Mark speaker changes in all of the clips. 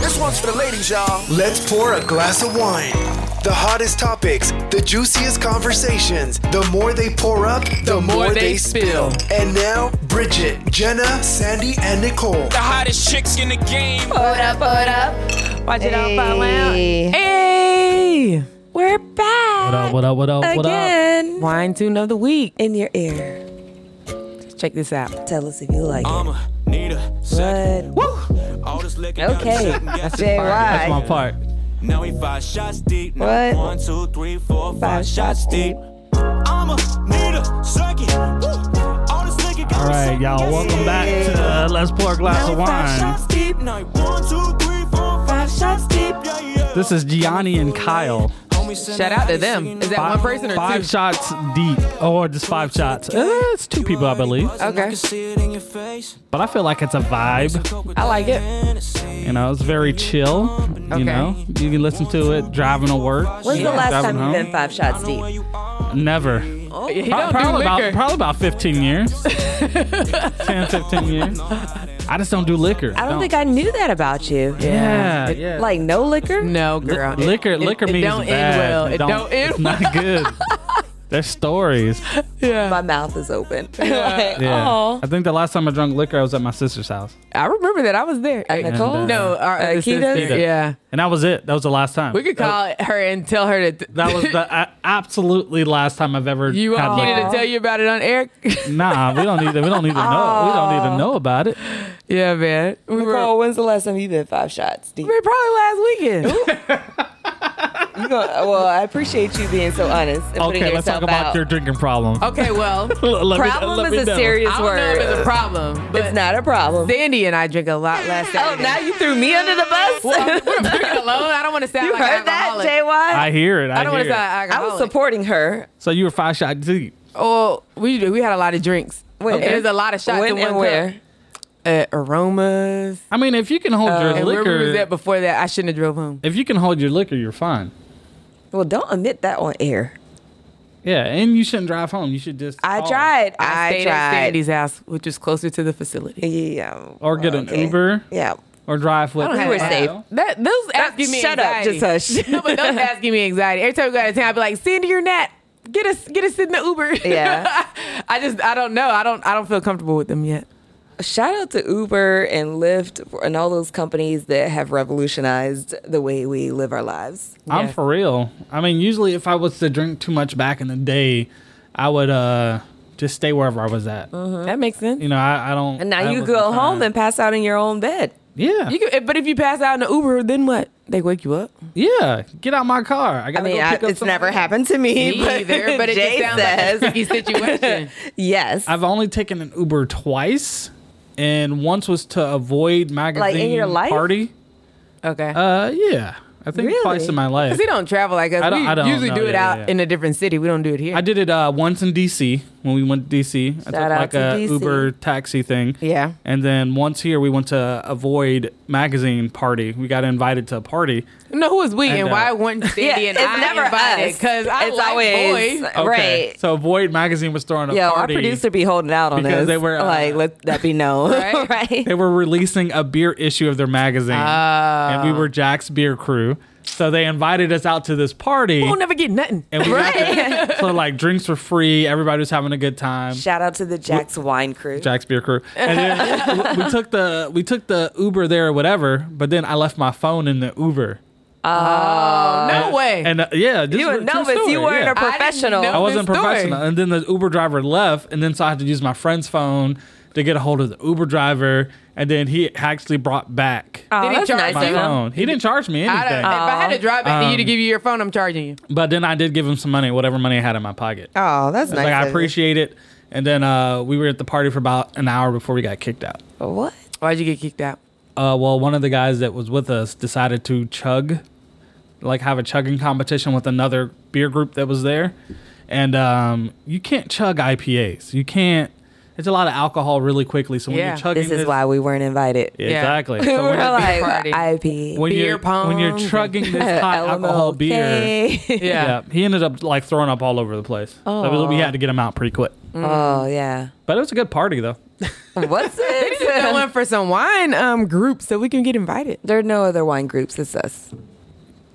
Speaker 1: This one's for the ladies, y'all.
Speaker 2: Let's pour a glass of wine. The hottest topics, the juiciest conversations. The more they pour up, the, more, they, spill. And now, Bridget, Jenna, Sandy, and Nicole.
Speaker 3: The hottest chicks in the game.
Speaker 4: Hold up, hold up.
Speaker 5: Watch it out, by
Speaker 4: Hey.
Speaker 5: lounge. Hey, we're back
Speaker 6: What up, what up, what up, what up?
Speaker 5: again. Wine tune of the week.
Speaker 4: In your ear.
Speaker 5: Check this out.
Speaker 4: Tell us if you like it.
Speaker 3: I'ma need a second. Woo! All this liquor got me
Speaker 4: Okay.
Speaker 3: second guessing.
Speaker 6: That's my
Speaker 4: JY.
Speaker 6: part.
Speaker 3: Now we five shots deep. Now
Speaker 4: What?
Speaker 3: One, two, three, four, five
Speaker 4: Five
Speaker 3: shots
Speaker 4: shots
Speaker 3: deep. I'ma need a second. Woo! All this liquor got
Speaker 6: All
Speaker 3: me
Speaker 6: right,
Speaker 3: second
Speaker 6: y'all. Welcome
Speaker 3: guessing.
Speaker 6: back to Let's Pour a Glass
Speaker 3: Now
Speaker 6: of
Speaker 3: we five
Speaker 6: Wine.
Speaker 3: shots deep. Now we one, two, three, four, five shots deep. Yeah, yeah.
Speaker 6: This is Gianni and Kyle.
Speaker 5: Shout out to them. Is that one person or
Speaker 6: five
Speaker 5: two?
Speaker 6: shots deep, Oh, or just five shots? Uh, it's two people, I believe.
Speaker 5: Okay.
Speaker 6: But I feel like it's a vibe.
Speaker 5: I like it.
Speaker 6: You know, it's very chill. You
Speaker 5: Okay.
Speaker 6: know, you can listen to it driving to work.
Speaker 4: When's the last
Speaker 6: driving
Speaker 4: time you've been
Speaker 6: home.
Speaker 4: five shots deep?
Speaker 6: Never.
Speaker 5: He
Speaker 6: Pro-
Speaker 5: don't do
Speaker 6: probably, about,
Speaker 5: liquor.
Speaker 6: probably about 15 years. 10, 15 years. I just don't do liquor.
Speaker 4: I don't think I knew that about you.
Speaker 6: Yeah, yeah.
Speaker 4: Like no liquor?
Speaker 5: no, girl. It-
Speaker 6: liquor,
Speaker 5: it-
Speaker 6: liquor
Speaker 5: it,
Speaker 6: means
Speaker 5: don't
Speaker 6: bad.
Speaker 5: end well. It, don't, end
Speaker 6: It's not good. There's stories.
Speaker 4: My mouth is open. Like,
Speaker 6: Yeah.
Speaker 4: oh.
Speaker 6: I think the last time I drank liquor, I was at my sister's house,
Speaker 5: I remember that I was there.
Speaker 4: At
Speaker 5: Uh,
Speaker 4: Nicole's?
Speaker 5: No, our
Speaker 4: At
Speaker 5: other sister.
Speaker 4: Akita's?
Speaker 5: Yeah,
Speaker 6: and that was it. That was the last time.
Speaker 5: we could call her and tell her to. Th-
Speaker 6: That was the uh, absolutely last time I've ever.
Speaker 5: you
Speaker 6: had
Speaker 5: want Akita
Speaker 6: liquor.
Speaker 5: to tell you about it on air?
Speaker 6: Nah, we don't need to. We don't need to know. We don't need to know about it.
Speaker 5: yeah, man. We
Speaker 6: Oh.
Speaker 5: were,
Speaker 4: Nicole, when's the last time you've been five shots deep?
Speaker 5: we were probably last weekend.
Speaker 4: You go- well, I appreciate you being so honest and putting
Speaker 6: Okay,
Speaker 4: yourself
Speaker 6: let's talk about
Speaker 4: out.
Speaker 6: your drinking problem.
Speaker 5: Okay, well,
Speaker 6: Let me-
Speaker 4: problem
Speaker 6: let me
Speaker 4: is a
Speaker 6: know.
Speaker 4: serious
Speaker 5: I don't know if
Speaker 4: word.
Speaker 5: it's a problem, but
Speaker 4: It's not a problem.
Speaker 5: Sandy and I drink a lot last
Speaker 4: Oh,
Speaker 5: Saturday.
Speaker 4: now you threw me under the bus?
Speaker 5: I'm drinking alone. I don't want to sound
Speaker 4: you
Speaker 5: like
Speaker 4: heard
Speaker 5: an
Speaker 4: that,
Speaker 5: alcoholic.
Speaker 4: JY?
Speaker 6: I hear it. I,
Speaker 5: I don't want
Speaker 6: hear
Speaker 5: to
Speaker 6: it.
Speaker 5: sound
Speaker 4: I
Speaker 5: alcoholic.
Speaker 4: was supporting her.
Speaker 6: So you were five shot deep.
Speaker 5: Oh, we we had a lot of drinks.
Speaker 4: When?
Speaker 5: Okay. There's a lot of shots in
Speaker 4: When
Speaker 5: one
Speaker 4: and
Speaker 5: cup.
Speaker 4: where?
Speaker 5: Uh, aromas.
Speaker 6: I mean, if you can hold your
Speaker 5: Uh, and where we was at
Speaker 6: liquor,
Speaker 5: before that, I shouldn't have drove home.
Speaker 6: if you can hold your liquor, you're fine.
Speaker 4: Well, don't admit that on air.
Speaker 6: Yeah, and you shouldn't drive home. You should just.
Speaker 4: I
Speaker 6: call.
Speaker 4: tried.
Speaker 5: Oh, I,
Speaker 4: I,
Speaker 5: stayed at
Speaker 4: tried.
Speaker 5: Sandy's house, which was closer to the facility.
Speaker 4: Yeah.
Speaker 6: Or get an
Speaker 4: Oh, okay.
Speaker 6: Uber.
Speaker 4: Yeah.
Speaker 6: Or drive with.
Speaker 5: I don't
Speaker 4: We
Speaker 5: have
Speaker 4: were
Speaker 5: that.
Speaker 4: safe.
Speaker 5: That those apps give me
Speaker 4: Shut up.
Speaker 5: anxiety.
Speaker 4: Just hush.
Speaker 5: no, but those apps give me anxiety. Every time we go out of town, I'd be like, Sandy, you're not. Get us, get us in the Uber.
Speaker 4: Yeah.
Speaker 5: I just, I don't know. I don't, I don't feel comfortable with them yet.
Speaker 4: Shout out to Uber and Lyft and all those companies that have revolutionized the way we live our lives.
Speaker 6: I'm
Speaker 5: Yes.
Speaker 6: for real. I mean, usually if I was to drink too much back in the day, I would uh just stay wherever I was at.
Speaker 5: That makes sense.
Speaker 6: You know, I, I don't.
Speaker 4: Mm-hmm. And now
Speaker 6: I
Speaker 4: you
Speaker 6: wasn't
Speaker 4: go home
Speaker 6: trying-
Speaker 4: and pass out in your own bed.
Speaker 6: yeah,
Speaker 5: You can, but if you pass out in the Uber, then what? They wake you up.
Speaker 6: yeah. Get out my car. I
Speaker 4: I
Speaker 6: gotta
Speaker 4: mean,
Speaker 6: go
Speaker 4: I,
Speaker 6: pick up
Speaker 4: it's
Speaker 6: somebody.
Speaker 4: never happened to me, but,
Speaker 5: either, but it
Speaker 4: Jay
Speaker 5: just sounds
Speaker 4: says,
Speaker 5: like a sticky situation.
Speaker 4: yes.
Speaker 6: I've only taken an Uber twice, and once was to avoid magazine
Speaker 4: your life?
Speaker 6: party.
Speaker 5: Okay.
Speaker 6: Uh, yeah, I think
Speaker 4: Really?
Speaker 6: twice in my life.
Speaker 5: Because he don't travel like us.
Speaker 6: I don't-
Speaker 5: we
Speaker 6: I don't
Speaker 5: usually
Speaker 6: know.
Speaker 5: do it
Speaker 6: Yeah,
Speaker 5: out
Speaker 6: yeah, yeah.
Speaker 5: in a different city. We don't do it here.
Speaker 6: I did it uh, once in DC when we went to DC. I took
Speaker 4: Shout out
Speaker 6: like
Speaker 4: to
Speaker 6: a
Speaker 4: DC.
Speaker 6: Uber taxi thing.
Speaker 5: Yeah.
Speaker 6: And then once here, we went to Avoid Magazine party. We got invited to a party.
Speaker 5: no, who was we and,
Speaker 6: And, uh,
Speaker 5: why weren't Sandy
Speaker 4: yeah,
Speaker 5: and
Speaker 4: it's
Speaker 5: I
Speaker 4: never
Speaker 5: invited?
Speaker 4: us.
Speaker 5: Because I
Speaker 4: it's
Speaker 5: like
Speaker 4: always
Speaker 5: boys.
Speaker 4: Uh, right.
Speaker 6: So Avoid Magazine was throwing a
Speaker 4: Yo, our
Speaker 6: party.
Speaker 4: producer be holding out on
Speaker 6: Because
Speaker 4: us.
Speaker 6: they were, uh,
Speaker 4: like, let that be known,
Speaker 5: Right?
Speaker 4: right?
Speaker 6: they were releasing a beer issue of their magazine,
Speaker 4: Oh.
Speaker 6: and we were Jack's beer crew. So they invited us out to this party,
Speaker 4: Oh,
Speaker 5: We'll never get nothing.
Speaker 6: and we got to- so like drinks were free. Everybody was having a good time.
Speaker 4: Shout out to the Jack's Wine Crew.
Speaker 6: Jack's beer crew. And then we took the we took the Uber there or whatever, but then I left my phone in the Uber.
Speaker 5: no way.
Speaker 6: And uh, yeah, this
Speaker 4: Oh, you
Speaker 6: is
Speaker 4: were a
Speaker 6: a true
Speaker 4: novice.
Speaker 6: story,
Speaker 4: You weren't
Speaker 6: yeah.
Speaker 4: a professional.
Speaker 5: know.
Speaker 6: I wasn't
Speaker 5: This story.
Speaker 6: professional. And then the Uber driver left, and then so I had to use my friend's phone to get a hold of the Uber driver, and then he actually brought back
Speaker 4: Aw,
Speaker 5: Did he
Speaker 4: Oh, that's
Speaker 5: charge you?
Speaker 4: nice
Speaker 6: my
Speaker 4: of him.
Speaker 6: phone. He didn't charge me
Speaker 5: Oh, I don't, Um.
Speaker 6: anything,
Speaker 5: if I had to drive back to you to give you your phone, I'm charging you.
Speaker 6: but then I did give him some money, whatever money I had in my pocket.
Speaker 4: Oh, that's nice.
Speaker 6: like
Speaker 4: of
Speaker 6: I
Speaker 4: him.
Speaker 6: appreciate it. And then uh, we were at the party for about an hour before we got kicked out.
Speaker 4: What?
Speaker 5: Why'd you get kicked out?
Speaker 6: Uh, well, one of the guys that was with us decided to chug, like have a chugging competition with another beer group that was there. And um, you can't chug IPAs. You can't. It's a lot of alcohol really quickly. So when
Speaker 5: Yeah.
Speaker 6: you're chugging,
Speaker 4: This is why we weren't invited.
Speaker 6: Yeah, exactly.
Speaker 4: We
Speaker 6: So
Speaker 4: were
Speaker 6: when, you're-
Speaker 4: like,
Speaker 5: party.
Speaker 4: IP.
Speaker 6: when
Speaker 5: beer
Speaker 6: you're when you're
Speaker 5: pong and-
Speaker 6: chugging this hot alcohol beer,
Speaker 4: beer.
Speaker 6: yeah, he ended up like throwing up all over the place. So we had to get him out pretty quick.
Speaker 4: oh, yeah.
Speaker 6: But it was a good party though.
Speaker 4: What's
Speaker 5: They need to go
Speaker 4: it?
Speaker 5: in for some wine um, group so we can get invited.
Speaker 4: there are no other wine groups. It's us.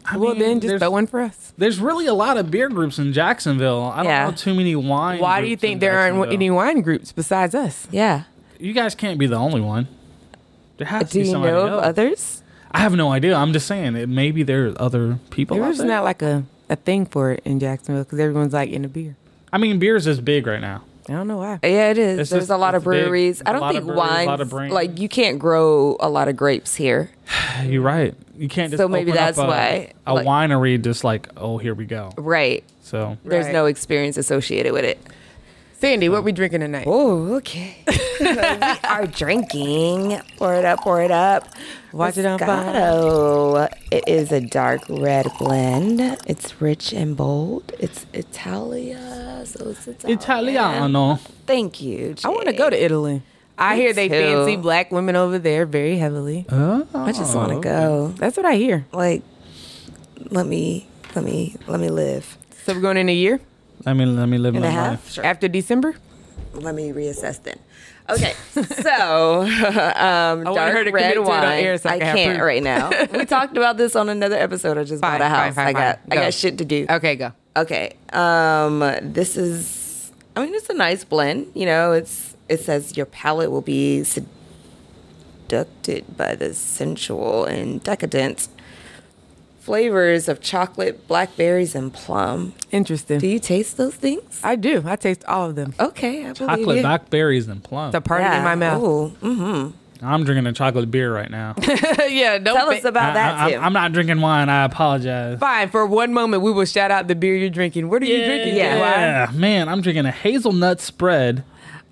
Speaker 6: I
Speaker 5: well,
Speaker 6: mean,
Speaker 5: then just
Speaker 6: there's,
Speaker 5: throw one for us.
Speaker 6: there's really a lot of beer groups in Jacksonville. I don't
Speaker 4: Yeah.
Speaker 6: know too many wine.
Speaker 5: Why do you
Speaker 6: groups in
Speaker 5: think there aren't
Speaker 6: Jacksonville.
Speaker 5: any wine groups besides us?
Speaker 4: Yeah.
Speaker 6: You guys can't be the only one. There has
Speaker 4: Do
Speaker 6: to be
Speaker 4: you
Speaker 6: somebody
Speaker 4: know of
Speaker 6: else.
Speaker 4: others?
Speaker 6: I have no idea. I'm just saying it. Maybe there are other people. out
Speaker 5: There's
Speaker 6: there.
Speaker 5: not like a, a thing for it in Jacksonville because everyone's like in a beer.
Speaker 6: I mean, beer's is big right now.
Speaker 5: I don't know why.
Speaker 4: Yeah, it is.
Speaker 6: It's
Speaker 4: There's
Speaker 6: just-
Speaker 4: a lot of
Speaker 6: it's big.
Speaker 4: breweries.
Speaker 6: There's
Speaker 4: I
Speaker 6: a
Speaker 4: don't
Speaker 6: lot
Speaker 4: think
Speaker 6: of breweries, a lot
Speaker 4: wines
Speaker 6: of brands.
Speaker 4: like you can't grow a lot of grapes here.
Speaker 6: You're right. You can't just
Speaker 4: So maybe
Speaker 6: open up
Speaker 4: that's
Speaker 6: a,
Speaker 4: why,
Speaker 6: a
Speaker 4: like-
Speaker 6: winery just like oh here we go.
Speaker 4: Right.
Speaker 6: So
Speaker 4: There's
Speaker 5: Right.
Speaker 4: no experience associated with it.
Speaker 5: Sandy, what we drinking tonight?
Speaker 4: Oh, okay. we are drinking. Pour it up, pour it up.
Speaker 5: Watch it on fire.
Speaker 4: Moscato. It is a dark red blend. It's rich and bold. It's Italia, so it's Italian.
Speaker 6: Italiano.
Speaker 4: Thank you.
Speaker 5: oh, I want to go to Italy. I
Speaker 4: Me
Speaker 5: hear they
Speaker 4: too.
Speaker 5: fancy black women over there very heavily.
Speaker 6: Oh.
Speaker 4: I just want to go.
Speaker 5: Uh-huh. That's what I hear.
Speaker 4: Like, let me, let me, let me live.
Speaker 5: So we're going in a year
Speaker 6: Let me let me live
Speaker 4: And
Speaker 6: my
Speaker 4: a half.
Speaker 6: life.
Speaker 4: Sure.
Speaker 5: after December.
Speaker 4: let me reassess then. Okay, so um,
Speaker 5: want
Speaker 4: dark
Speaker 5: her to commit
Speaker 4: red
Speaker 5: to it on
Speaker 4: wine.
Speaker 5: air so I
Speaker 4: I
Speaker 5: can have
Speaker 4: can't
Speaker 5: proof.
Speaker 4: right now. we talked about this on another episode. I just
Speaker 5: Fine,
Speaker 4: bought a
Speaker 5: fine,
Speaker 4: house.
Speaker 5: fine,
Speaker 4: I got
Speaker 5: fine.
Speaker 4: I
Speaker 5: Go.
Speaker 4: got shit to do.
Speaker 5: Okay, go.
Speaker 4: Okay. Um, this is. I mean, it's a nice blend. You know, it's it says your palate will be seducted by the sensual and decadent flavors of chocolate, blackberries, and plum.
Speaker 5: Interesting.
Speaker 4: Do you taste those things?
Speaker 5: I do. I taste all of them.
Speaker 4: Okay, I believe
Speaker 6: Chocolate
Speaker 4: you.
Speaker 6: blackberries and plum.
Speaker 5: The party in my mouth.
Speaker 4: Ooh, mhm.
Speaker 6: I'm drinking a chocolate beer right now.
Speaker 5: yeah, don't
Speaker 4: Tell
Speaker 5: fa-
Speaker 4: us about that
Speaker 6: I,
Speaker 4: too.
Speaker 6: am not drinking wine. I apologize.
Speaker 5: Fine. For one moment, we will shout out the beer you're drinking. What are you drinking?
Speaker 4: Yeah.
Speaker 5: Why?
Speaker 6: Yeah, man, I'm drinking a hazelnut spread.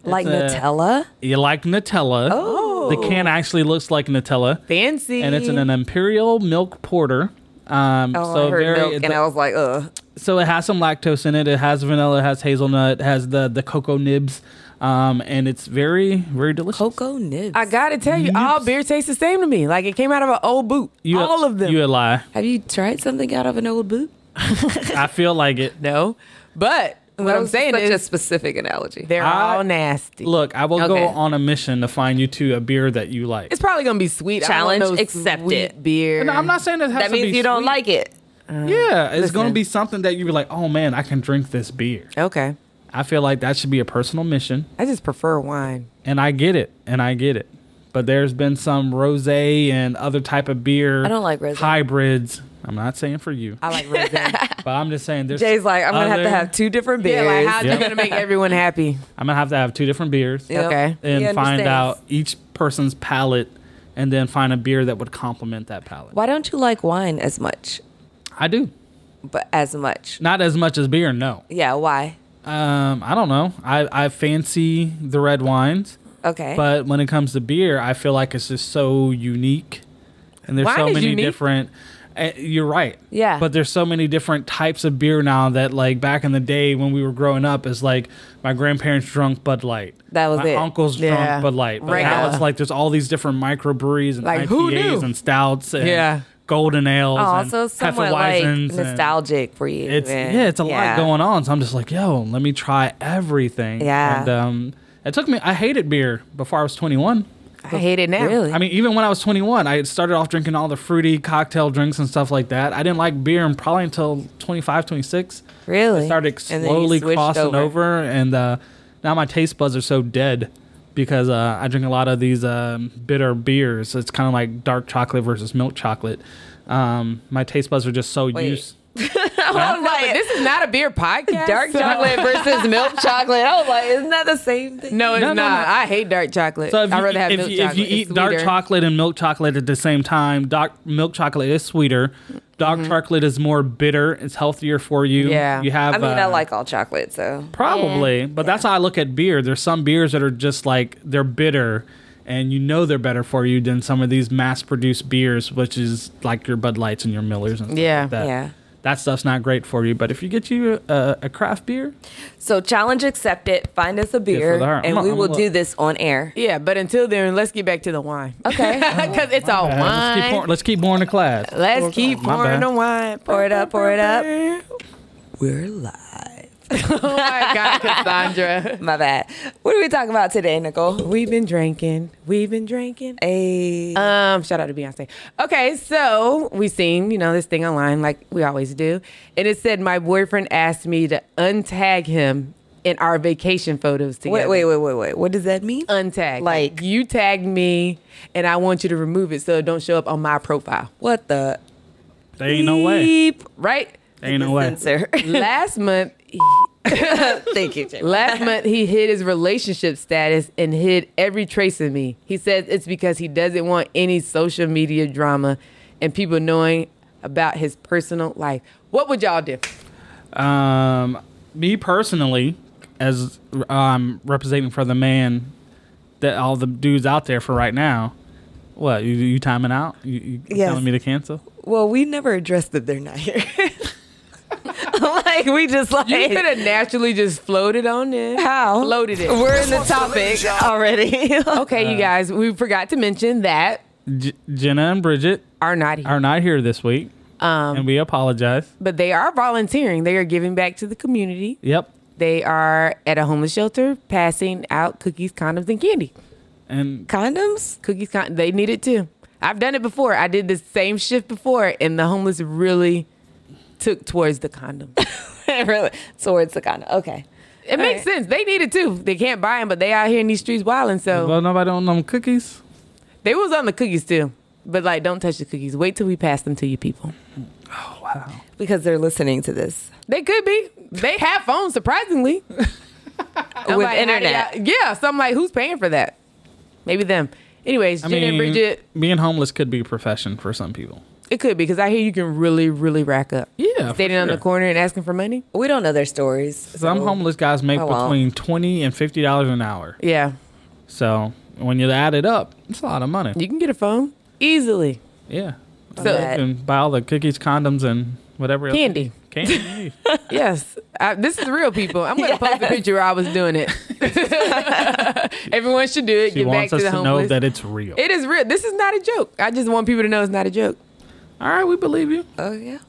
Speaker 4: like
Speaker 6: It's a-
Speaker 4: Nutella.
Speaker 6: You like Nutella?
Speaker 4: Oh.
Speaker 6: the can actually looks like Nutella,
Speaker 5: Fancy.
Speaker 6: and it's in an imperial milk porter. Um,
Speaker 4: Oh,
Speaker 6: so
Speaker 4: I heard
Speaker 6: very,
Speaker 4: milk, and
Speaker 6: the-
Speaker 4: I was like, ugh.
Speaker 6: so it has some lactose in it. It has vanilla, it has hazelnut, it has the the cocoa nibs, um, and it's very very delicious.
Speaker 4: Cocoa nibs.
Speaker 5: I gotta tell you, all beer tastes the same to me. Like it came out of an old boot.
Speaker 6: You a-
Speaker 5: all of them.
Speaker 6: You a lie.
Speaker 4: Have you tried something out of an old boot?
Speaker 6: I feel like it.
Speaker 5: no, but what
Speaker 4: That
Speaker 5: I'm
Speaker 4: was
Speaker 5: saying
Speaker 4: such
Speaker 5: is
Speaker 4: a specific analogy.
Speaker 5: they're
Speaker 6: I-
Speaker 5: all nasty.
Speaker 6: Look, I will
Speaker 4: Okay.
Speaker 6: go on a mission to find you two a beer that you like.
Speaker 5: it's probably gonna be sweet. I want
Speaker 4: Challenge
Speaker 5: those
Speaker 4: accepted.
Speaker 5: sweet Beer.
Speaker 6: No, I'm not saying it has
Speaker 4: that
Speaker 6: to be
Speaker 4: means you don't
Speaker 6: sweet.
Speaker 4: like it.
Speaker 6: Yeah, it's gonna
Speaker 5: listen.
Speaker 6: be something that you be like, oh man, I can drink this beer.
Speaker 5: Okay.
Speaker 6: I feel like that should be a personal mission,
Speaker 5: I just prefer wine.
Speaker 6: and I get it, and I get it. But there's been some rosé and other type of beer.
Speaker 4: I don't like rosé.
Speaker 6: hybrids. I'm not saying for you,
Speaker 5: I like rosé.
Speaker 6: but I'm just saying there's.
Speaker 4: Jay's like, I'm gonna have to
Speaker 6: other-
Speaker 4: have two different
Speaker 5: yeah,
Speaker 4: beers.
Speaker 5: like how
Speaker 6: Yeah.
Speaker 5: you gonna make everyone happy?
Speaker 6: I'm gonna have to have two different beers.
Speaker 4: Yep.
Speaker 5: Okay.
Speaker 6: and
Speaker 4: He
Speaker 6: find
Speaker 4: understands.
Speaker 6: out each person's palate and then find a beer that would complement that palate.
Speaker 4: Why don't you like wine as much?
Speaker 6: I do.
Speaker 4: But as much.
Speaker 6: Not as much as beer, no.
Speaker 4: Yeah. Why?
Speaker 6: Um, I don't know. I, I fancy the red wines,
Speaker 4: Okay.
Speaker 6: but when it comes to beer, I feel like it's just so unique. And there's
Speaker 5: Wine
Speaker 6: so
Speaker 5: is
Speaker 6: many
Speaker 5: unique.
Speaker 6: different uh, you're right.
Speaker 4: Yeah.
Speaker 6: But there's so many different types of beer now that like back in the day when we were growing up is like my grandparents drunk Bud Light.
Speaker 4: That was
Speaker 6: my
Speaker 4: it.
Speaker 6: uncle's
Speaker 5: Yeah.
Speaker 6: drunk Bud Light. But
Speaker 5: Right.
Speaker 6: now
Speaker 5: Yeah.
Speaker 6: it's like there's all these different microbreweries and
Speaker 5: Like, who
Speaker 6: IPAs
Speaker 5: knew?
Speaker 6: and stouts and
Speaker 5: Yeah.
Speaker 6: golden ales
Speaker 4: oh,
Speaker 6: and
Speaker 4: so it's somewhat like
Speaker 6: Hefeweizens and-
Speaker 4: nostalgic for you.
Speaker 6: it's
Speaker 4: and-
Speaker 6: yeah, it's a
Speaker 4: yeah.
Speaker 6: lot going on. So I'm just like, yo, let me try everything.
Speaker 4: Yeah.
Speaker 6: And um, it took me. I hated beer before I was 21.
Speaker 5: I hate it now.
Speaker 4: Really?
Speaker 6: I mean, even when I was 21, I had started off drinking all the fruity cocktail drinks and stuff like that. I didn't like beer and probably until 25, 26.
Speaker 4: Really?
Speaker 6: I started
Speaker 4: And then you
Speaker 6: slowly
Speaker 4: switched
Speaker 6: crossing over,
Speaker 4: over.
Speaker 6: and uh, now my taste buds are so dead because uh, I drink a lot of these um, bitter beers. It's kind of like dark chocolate versus milk chocolate. Um, my taste buds are just so
Speaker 4: Wait.
Speaker 6: used.
Speaker 4: I was
Speaker 5: No, but
Speaker 4: like,
Speaker 5: this is not a beer podcast.
Speaker 4: dark
Speaker 5: so-
Speaker 4: chocolate versus milk chocolate. I was like, isn't that the same thing?
Speaker 5: No, it's
Speaker 6: No, no,
Speaker 5: not.
Speaker 6: no.
Speaker 5: I hate dark chocolate.
Speaker 6: So if you,
Speaker 5: I'd rather have
Speaker 6: if
Speaker 5: milk
Speaker 6: you,
Speaker 5: chocolate.
Speaker 6: If you eat
Speaker 5: It's
Speaker 6: dark
Speaker 5: sweeter.
Speaker 6: chocolate and milk chocolate at the same time, dark milk chocolate is sweeter. Dark chocolate is more bitter. It's healthier for you.
Speaker 5: Mm-hmm. Yeah.
Speaker 6: you have.
Speaker 4: I mean, I
Speaker 6: uh,
Speaker 4: like all chocolate, so
Speaker 6: probably, but that's how I look at beer. There's some beers that are just like they're bitter, and you know they're better for you than some of these mass-produced beers, which is like your Bud Lights and your Millers and stuff
Speaker 5: Yeah.
Speaker 6: like that.
Speaker 4: Yeah.
Speaker 6: That stuff's not great for you, but if you get you a, a craft beer,
Speaker 4: So challenge accepted. Find us a beer,
Speaker 6: the heart.
Speaker 4: and
Speaker 6: I'm a-
Speaker 4: we
Speaker 6: I'm
Speaker 4: will
Speaker 6: a-
Speaker 4: do this on air.
Speaker 5: Yeah, but until then, let's get back to the wine.
Speaker 4: Okay.
Speaker 5: Because it's all
Speaker 6: uh, let's keep
Speaker 5: wine.
Speaker 6: pouring, let's keep pouring the class.
Speaker 5: Let's keep
Speaker 6: My
Speaker 5: pouring
Speaker 6: bad.
Speaker 5: the wine.
Speaker 4: Pour it up, pour it up.
Speaker 5: We're
Speaker 4: We're live.
Speaker 5: Oh my God, Cassandra.
Speaker 4: My bad. What are we talking about today, Nicole?
Speaker 5: We've been drinking. We've been drinking.
Speaker 4: Hey.
Speaker 5: Um, shout out to Beyonce. Okay, so we seen, you know, this thing online like we always do. And it said my boyfriend asked me to untag him in our vacation photos
Speaker 4: wait,
Speaker 5: together.
Speaker 4: wait, wait, wait, wait. What does that mean?
Speaker 5: Uh, Untag.
Speaker 4: Like-
Speaker 5: you tagged me and I want you to remove it so it don't show up on my profile.
Speaker 4: What the?
Speaker 6: There ain't no way.
Speaker 5: Beep, right?
Speaker 6: There ain't no way.
Speaker 4: Censor.
Speaker 5: Last month
Speaker 4: Thank you, Jay.
Speaker 5: Last month, he hid his relationship status and hid every trace of me. He says it's because he doesn't want any social media drama and people knowing about his personal life. What would y'all do?
Speaker 6: Um, me personally, as I'm representing for the man that all the dudes out there for right now. What you, you timing out? You, you
Speaker 4: Yes.
Speaker 6: telling me to cancel?
Speaker 4: Well, we never addressed that they're not here. like we just like
Speaker 5: You could have naturally just floated on this.
Speaker 4: how
Speaker 5: Floated it.
Speaker 4: We're in the topic already.
Speaker 5: okay, you guys, we forgot to mention that
Speaker 6: J- Jenna and Bridget
Speaker 5: are not here.
Speaker 6: are not here this week,
Speaker 5: Um,
Speaker 6: and we apologize.
Speaker 5: but they are volunteering. They are giving back to the community.
Speaker 6: Yep,
Speaker 5: They are at a homeless shelter passing out cookies, condoms, and candy.
Speaker 6: and
Speaker 4: Condoms?
Speaker 5: cookies con- they need it too i've done it before i did the same shift before and the homeless really took towards the condom
Speaker 4: really? Swords the condom. Okay.
Speaker 5: it makes sense they need it too they can't buy them but they out here in these streets wilding so
Speaker 6: well, nobody on them cookies.
Speaker 5: they was on the cookies too but like don't touch the cookies wait till we pass them to you people
Speaker 4: Because they're listening to this.
Speaker 5: they could be they have phones surprisingly I'm
Speaker 4: With
Speaker 5: like, how do
Speaker 4: internet.
Speaker 5: y'all- yeah so i'm like who's paying for that maybe them anyways
Speaker 6: I
Speaker 5: Jen and
Speaker 6: mean,
Speaker 5: bridget
Speaker 6: being homeless could be a profession for some people.
Speaker 5: it could be because i hear you can really really rack up
Speaker 6: Yeah, for
Speaker 5: standing on the
Speaker 6: sure.
Speaker 5: corner and asking for money
Speaker 4: We don't know their stories.
Speaker 6: Some
Speaker 4: so-
Speaker 6: homeless guys make
Speaker 4: Oh, well.
Speaker 6: between twenty and fifty dollars an hour.
Speaker 5: yeah
Speaker 6: So when you add it up, it's a lot of money.
Speaker 5: You can get a phone easily.
Speaker 6: Yeah.
Speaker 5: So
Speaker 4: bet.
Speaker 6: and buy all the cookies, condoms, and whatever else.
Speaker 5: Candy.
Speaker 6: Candy.
Speaker 5: yes, I, this is real people. I'm gonna post a picture where I was doing it. Everyone should do it.
Speaker 6: she
Speaker 5: get back
Speaker 6: wants
Speaker 5: to
Speaker 6: us
Speaker 5: the
Speaker 6: to know
Speaker 5: homeless.
Speaker 6: that it's real.
Speaker 5: it is real. This is not a joke. I just want people to know it's not a joke.
Speaker 6: all right, we believe you.
Speaker 4: Oh yeah.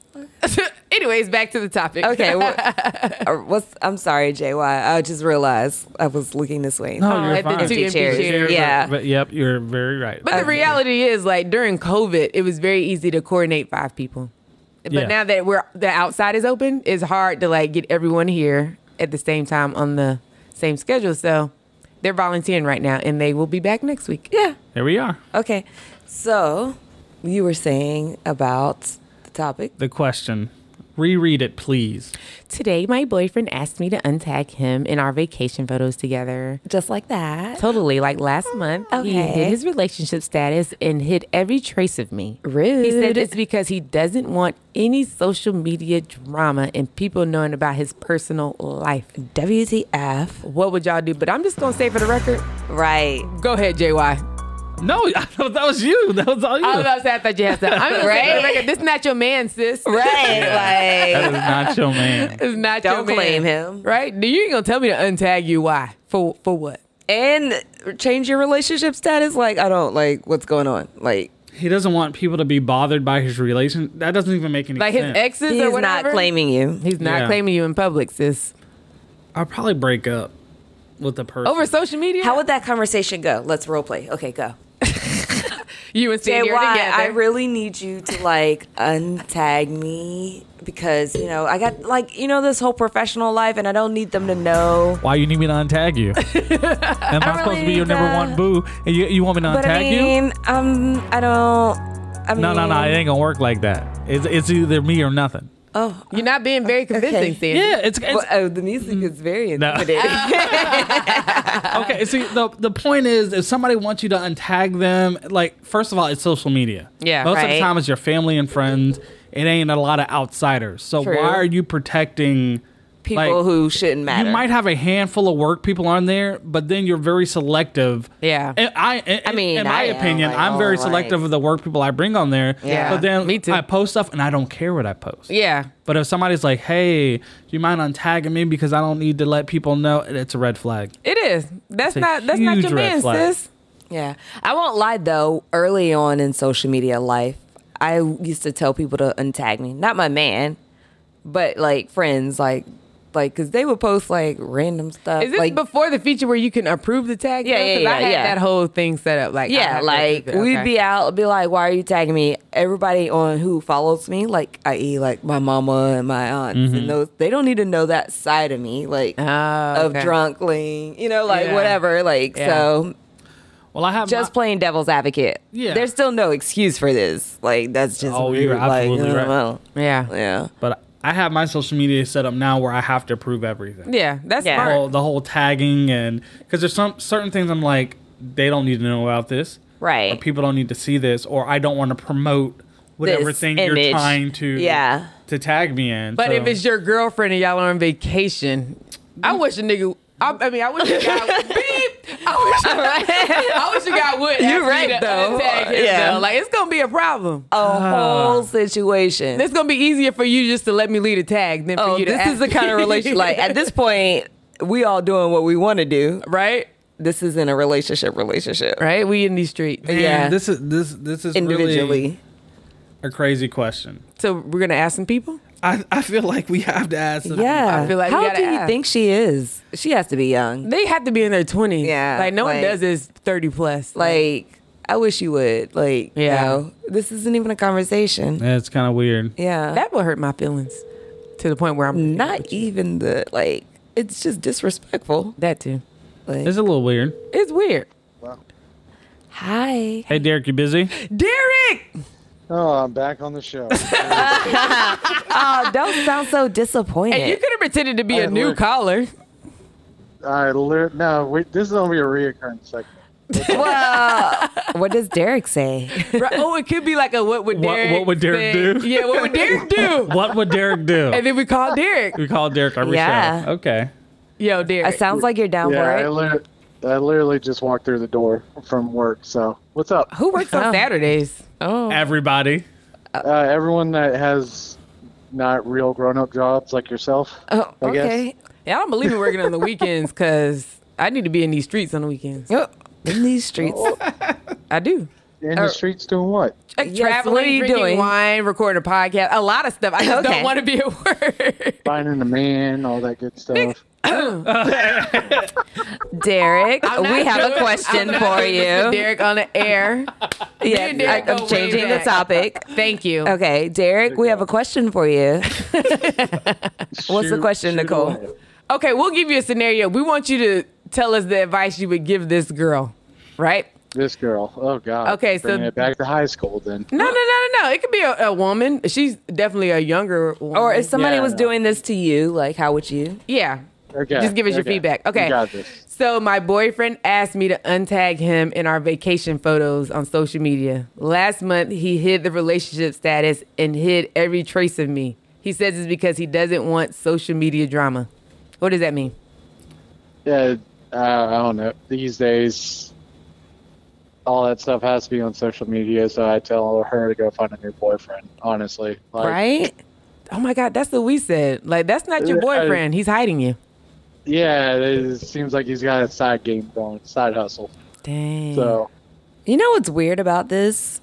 Speaker 5: Anyways, back to the topic.
Speaker 4: Okay. wha- uh, what's? I'm sorry, JY. I just realized I was looking this way.
Speaker 6: No,
Speaker 5: at
Speaker 6: Oh, you're
Speaker 5: the
Speaker 6: fine.
Speaker 5: two
Speaker 4: Empty
Speaker 5: empty
Speaker 4: chairs.
Speaker 5: chairs.
Speaker 4: Yeah.
Speaker 6: But yep, you're very right.
Speaker 5: But the reality is, like during COVID, it was very easy to coordinate five people. But
Speaker 6: Yeah.
Speaker 5: now that we're the outside is open, it's hard to like get everyone here at the same time on the same schedule. So they're volunteering right now, and they will be back next week.
Speaker 4: yeah.
Speaker 6: Here we are.
Speaker 5: Uh,
Speaker 4: Okay. So you were saying about the topic.
Speaker 6: The question. Reread it, please.
Speaker 5: Today, my boyfriend asked me to untag him in our vacation photos together.
Speaker 4: Just like that.
Speaker 5: Totally, like last month, he
Speaker 4: Okay.
Speaker 5: hid his relationship status and hid every trace of me.
Speaker 4: Rude.
Speaker 5: He said it's because he doesn't want any social media drama and people knowing about his personal life.
Speaker 4: WTF.
Speaker 5: What would y'all do? But I'm just gonna say for the record,
Speaker 4: Right.
Speaker 5: go ahead, JY.
Speaker 6: No, I thought that was you. That was all you.
Speaker 5: I was about to say I thought you had something. I'm gonna say for the
Speaker 4: Right?
Speaker 5: record, this is not your man, sis.
Speaker 4: Right.
Speaker 6: that
Speaker 4: like
Speaker 6: is not your man.
Speaker 5: This is not
Speaker 4: Don't
Speaker 5: your man.
Speaker 4: claim him.
Speaker 5: Right? You ain't gonna tell me to untag you. Why? For for what?
Speaker 4: and change your relationship status. Like I don't like what's going on. Like
Speaker 6: He doesn't want people to be bothered by his relation. That doesn't even make any
Speaker 5: Like his
Speaker 6: sense.
Speaker 5: exes or
Speaker 4: he's
Speaker 5: whatever.
Speaker 4: not claiming you.
Speaker 5: He's not
Speaker 6: Yeah.
Speaker 5: claiming you in public, sis.
Speaker 6: I'll probably break up with the person.
Speaker 5: Over social media,
Speaker 4: How would that conversation go? Let's role play. Okay, go.
Speaker 5: you and Sandy
Speaker 4: JY,
Speaker 5: are together?
Speaker 4: I really need you to like untag me because you know I got like you know this whole professional life, and I don't need them to know.
Speaker 6: Why you need me to untag you? Am I, supposed to be your number
Speaker 4: really, uh,
Speaker 6: one boo? And you, you want me to
Speaker 4: But
Speaker 6: untag
Speaker 4: I
Speaker 6: you?
Speaker 4: mean, um, I don't. I mean,
Speaker 6: No, no, no. It ain't gonna work like that. It's, it's either me or nothing.
Speaker 4: Oh,
Speaker 5: You're not being very convincing, Sandy.
Speaker 6: Yeah, it's, it's
Speaker 4: well, oh, the music is very
Speaker 6: No.
Speaker 4: intimidating.
Speaker 6: okay. See, the the point is, if somebody wants you to untag them, like first of all, it's social media.
Speaker 5: Yeah,
Speaker 6: most of the
Speaker 4: right.
Speaker 6: time it's your family and friends. It ain't a lot of outsiders. So
Speaker 4: True.
Speaker 6: why are you protecting
Speaker 4: People
Speaker 6: like,
Speaker 4: who shouldn't matter.
Speaker 6: You might have a handful of work people on there, but then you're very selective.
Speaker 5: Yeah.
Speaker 6: And I, I mean,
Speaker 4: mean,
Speaker 6: in my
Speaker 4: I am,
Speaker 6: opinion,
Speaker 4: like,
Speaker 6: I'm very
Speaker 4: all
Speaker 6: selective
Speaker 4: right.
Speaker 6: of the work people I bring on there.
Speaker 5: Yeah.
Speaker 6: But then
Speaker 5: Me too.
Speaker 6: I post stuff and I don't care what I post.
Speaker 5: Yeah.
Speaker 6: But if somebody's like, "Hey, do you mind untagging me because I don't need to let people know?" It's a red flag.
Speaker 5: It is. That's
Speaker 6: a
Speaker 5: not. That's not
Speaker 6: huge
Speaker 5: your
Speaker 6: red
Speaker 5: man,
Speaker 6: flag.
Speaker 5: sis.
Speaker 4: Yeah. I won't lie though, early on in social media life, I used to tell people to untag me. Not my man, but like friends, like like because they would post like random stuff.
Speaker 5: Is this
Speaker 4: like,
Speaker 5: before the feature where you can approve the tag?
Speaker 4: Yeah,
Speaker 5: though?
Speaker 4: yeah,
Speaker 5: 'Cause I
Speaker 4: yeah,
Speaker 5: had
Speaker 4: yeah.
Speaker 5: that whole thing set up. Like, I
Speaker 4: yeah,
Speaker 5: had to
Speaker 4: like
Speaker 5: approve it.
Speaker 4: we'd
Speaker 5: Okay.
Speaker 4: be out, be like, "Why are you tagging me?" Everybody on who follows me, like i.e., like my mama and my aunts,
Speaker 5: Mm-hmm.
Speaker 4: and those they don't need to know that side of me, like
Speaker 5: Oh,
Speaker 4: of
Speaker 5: okay.
Speaker 4: drunkling, you know, like
Speaker 5: Yeah.
Speaker 4: whatever. Like
Speaker 5: Yeah.
Speaker 4: so,
Speaker 6: Well, I have
Speaker 4: just
Speaker 6: my-
Speaker 4: playing devil's advocate.
Speaker 6: Yeah.
Speaker 4: there's still no excuse for this. Like that's just
Speaker 6: Oh,
Speaker 4: weird.
Speaker 6: you're absolutely
Speaker 4: like, I
Speaker 6: right.
Speaker 4: don't know.
Speaker 5: Yeah.
Speaker 4: Yeah,
Speaker 6: but I have my social media set up now where I have to approve everything.
Speaker 5: Yeah, that's
Speaker 4: Yeah.
Speaker 5: yeah.
Speaker 6: The whole, the whole tagging and because there's some certain things I'm like they don't need to know about this,
Speaker 4: Right.
Speaker 6: Or people don't need to see this, or I don't want to promote whatever
Speaker 4: This
Speaker 6: thing
Speaker 4: image.
Speaker 6: you're trying to
Speaker 4: Yeah.
Speaker 6: to tag me in.
Speaker 5: But
Speaker 6: so-
Speaker 5: if it's your girlfriend and y'all are on vacation,
Speaker 4: Mm.
Speaker 5: I wish a nigga. I, I mean, I wish a guy would beep. I wish, I wish a guy would. ask
Speaker 4: You're
Speaker 5: me
Speaker 4: right,
Speaker 5: to
Speaker 4: though.
Speaker 5: untag him,
Speaker 4: Yeah.
Speaker 5: though. like it's gonna be a problem.
Speaker 4: a whole situation.
Speaker 5: It's gonna be easier for you just to let me lead a tag than for
Speaker 4: oh,
Speaker 5: you to.
Speaker 4: this
Speaker 5: ask
Speaker 4: is the kind of
Speaker 5: me.
Speaker 4: relation. like at this point, we all doing what we want to do.
Speaker 5: right,
Speaker 4: This isn't a relationship. Relationship.
Speaker 5: right. We in these streets,
Speaker 6: Man,
Speaker 4: yeah.
Speaker 6: this is this this is
Speaker 4: individually.
Speaker 6: really a crazy question.
Speaker 5: so we're gonna ask some people.
Speaker 6: I I feel like we have to ask. them.
Speaker 4: yeah.
Speaker 5: I feel like we
Speaker 4: How
Speaker 5: gotta
Speaker 4: do you
Speaker 5: ask.
Speaker 4: think she is? She has to be young.
Speaker 5: They have to be in their twenties.
Speaker 4: Yeah,
Speaker 5: like no
Speaker 4: like-
Speaker 5: one does this thirty plus.
Speaker 4: Like, I wish you would. Like,
Speaker 5: Yeah.
Speaker 4: yeah. this isn't even a conversation.
Speaker 6: Yeah, it's kind of weird.
Speaker 4: Yeah.
Speaker 5: that would hurt my feelings to the point where I'm
Speaker 4: Not even the like. It's just disrespectful.
Speaker 5: that too.
Speaker 4: Like,
Speaker 6: It's a little weird.
Speaker 5: It's weird.
Speaker 4: hi.
Speaker 6: Hey, Derek, you busy?
Speaker 5: Derek.
Speaker 1: Oh, I'm back on the show.
Speaker 4: Oh, don't sound so disappointed.
Speaker 5: And you could have pretended to be
Speaker 1: I
Speaker 5: a new
Speaker 1: work.
Speaker 5: caller.
Speaker 1: I lit no, we, this is gonna be a reoccurring segment.
Speaker 4: well, what does Derek say?
Speaker 5: Right. Oh, it could be like a what would
Speaker 6: What-
Speaker 5: Derek
Speaker 6: what would Derek
Speaker 5: think?
Speaker 6: do?
Speaker 5: Yeah, what would Derek do?
Speaker 6: What would Derek do?
Speaker 5: and then we call Derek.
Speaker 6: we call Derek every
Speaker 4: Yeah.
Speaker 6: show. Okay.
Speaker 5: Yo,
Speaker 4: It
Speaker 5: Derek.
Speaker 4: sounds like you're down
Speaker 1: yeah, I,
Speaker 4: for it.
Speaker 1: lit, I literally just walked through the door from work. So what's up?
Speaker 5: Who works on
Speaker 4: Oh.
Speaker 5: Saturdays?
Speaker 4: Oh,
Speaker 6: Everybody.
Speaker 1: Uh, everyone that has not real grown-up jobs like yourself.
Speaker 4: oh
Speaker 1: I guess.
Speaker 4: okay.
Speaker 5: Yeah, I don't believe in working on the weekends because I need to be in these streets on the weekends.
Speaker 4: Oh, in these streets.
Speaker 5: I do.
Speaker 1: In
Speaker 5: oh.
Speaker 1: the streets doing what?
Speaker 5: Like
Speaker 4: Yes,
Speaker 5: traveling,
Speaker 4: what are you
Speaker 5: drinking
Speaker 4: doing?
Speaker 5: wine, recording a podcast, a lot of stuff. I just
Speaker 4: Okay.
Speaker 5: don't want to be at work.
Speaker 1: Finding a man, all that good stuff.
Speaker 4: Derek,
Speaker 5: I'm not
Speaker 4: we have
Speaker 5: doing-
Speaker 4: a
Speaker 5: I'm
Speaker 4: question
Speaker 5: not
Speaker 4: for
Speaker 5: doing this to
Speaker 4: you.
Speaker 5: Derek on the air.
Speaker 4: Yeah,
Speaker 5: and Derek
Speaker 4: I- I'm
Speaker 5: go way
Speaker 4: changing the
Speaker 5: back.
Speaker 4: topic.
Speaker 5: Thank you.
Speaker 4: Okay, Derek, we have a question for you. What's the
Speaker 1: Shoot-
Speaker 4: question,
Speaker 1: shoot
Speaker 4: Nicole?
Speaker 1: away.
Speaker 5: Okay, we'll give you a scenario. We want you to tell us the advice you would give this girl, right?
Speaker 1: This girl. Oh God.
Speaker 5: Okay, so-
Speaker 1: Bringing it back to high school then.
Speaker 5: No, no, no, no, no. It could be a, a woman. She's definitely a younger woman.
Speaker 4: Or if somebody
Speaker 1: Yeah,
Speaker 4: was
Speaker 1: no.
Speaker 4: doing this to you, like, how would you?
Speaker 5: yeah.
Speaker 1: Okay.
Speaker 5: Just give us your
Speaker 1: okay.
Speaker 5: feedback. Okay.
Speaker 1: You got this.
Speaker 5: So my boyfriend asked me to untag him in our vacation photos on social media. Last month, he hid the relationship status and hid every trace of me. He says it's because he doesn't want social media drama. What does that mean?
Speaker 1: Yeah. Uh, I don't know. These days, all that stuff has to be on social media. So I tell her to go find a new boyfriend. Honestly. Like,
Speaker 4: Right?
Speaker 5: Oh my God, that's what we said. Like, that's not your
Speaker 1: Uh, I-
Speaker 5: boyfriend. He's hiding you.
Speaker 1: Yeah. It seems like he's got a side game going, side hustle.
Speaker 5: Dang.
Speaker 1: So
Speaker 4: You know what's weird about this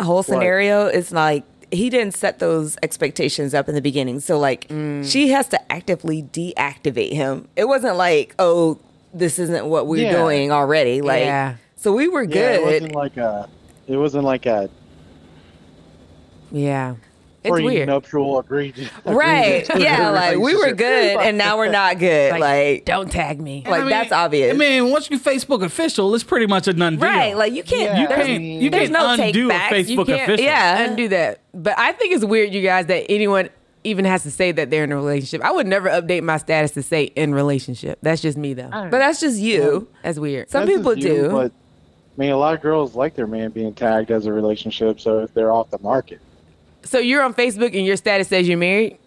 Speaker 4: whole scenario? It's like he didn't set those expectations up in the beginning. So, like, she has to actively deactivate him. It wasn't like, oh, this isn't what we're
Speaker 1: Yeah.
Speaker 4: doing already. Like,
Speaker 5: Yeah.
Speaker 4: so we were
Speaker 1: yeah, it
Speaker 4: good.
Speaker 1: wasn't like a. It wasn't like a
Speaker 5: yeah. It's weird.
Speaker 1: prenuptial agreed.
Speaker 4: right. Yeah. Like, we were good and now we're not good. Like,
Speaker 5: Don't tag me.
Speaker 4: like
Speaker 6: I mean-
Speaker 4: that's obvious.
Speaker 6: I mean, once you Facebook official, it's pretty much a done deal.
Speaker 4: right. Like, you can't,
Speaker 1: Yeah.
Speaker 6: you
Speaker 4: there's
Speaker 6: can't you
Speaker 4: there's
Speaker 6: can't
Speaker 4: no take
Speaker 6: undo a
Speaker 4: backs. You
Speaker 6: Facebook
Speaker 5: can't-
Speaker 6: official.
Speaker 4: yeah.
Speaker 5: undo that. But I think it's weird, you guys, that anyone even has to say that they're in a relationship. I would never update my status to say in relationship. That's just me though.
Speaker 4: But that's just you.
Speaker 5: That's weird.
Speaker 4: Some people do.
Speaker 1: But I mean, a lot of girls like their man being tagged as a relationship, so they're off the market.
Speaker 5: So you're on Facebook and your status says you're married.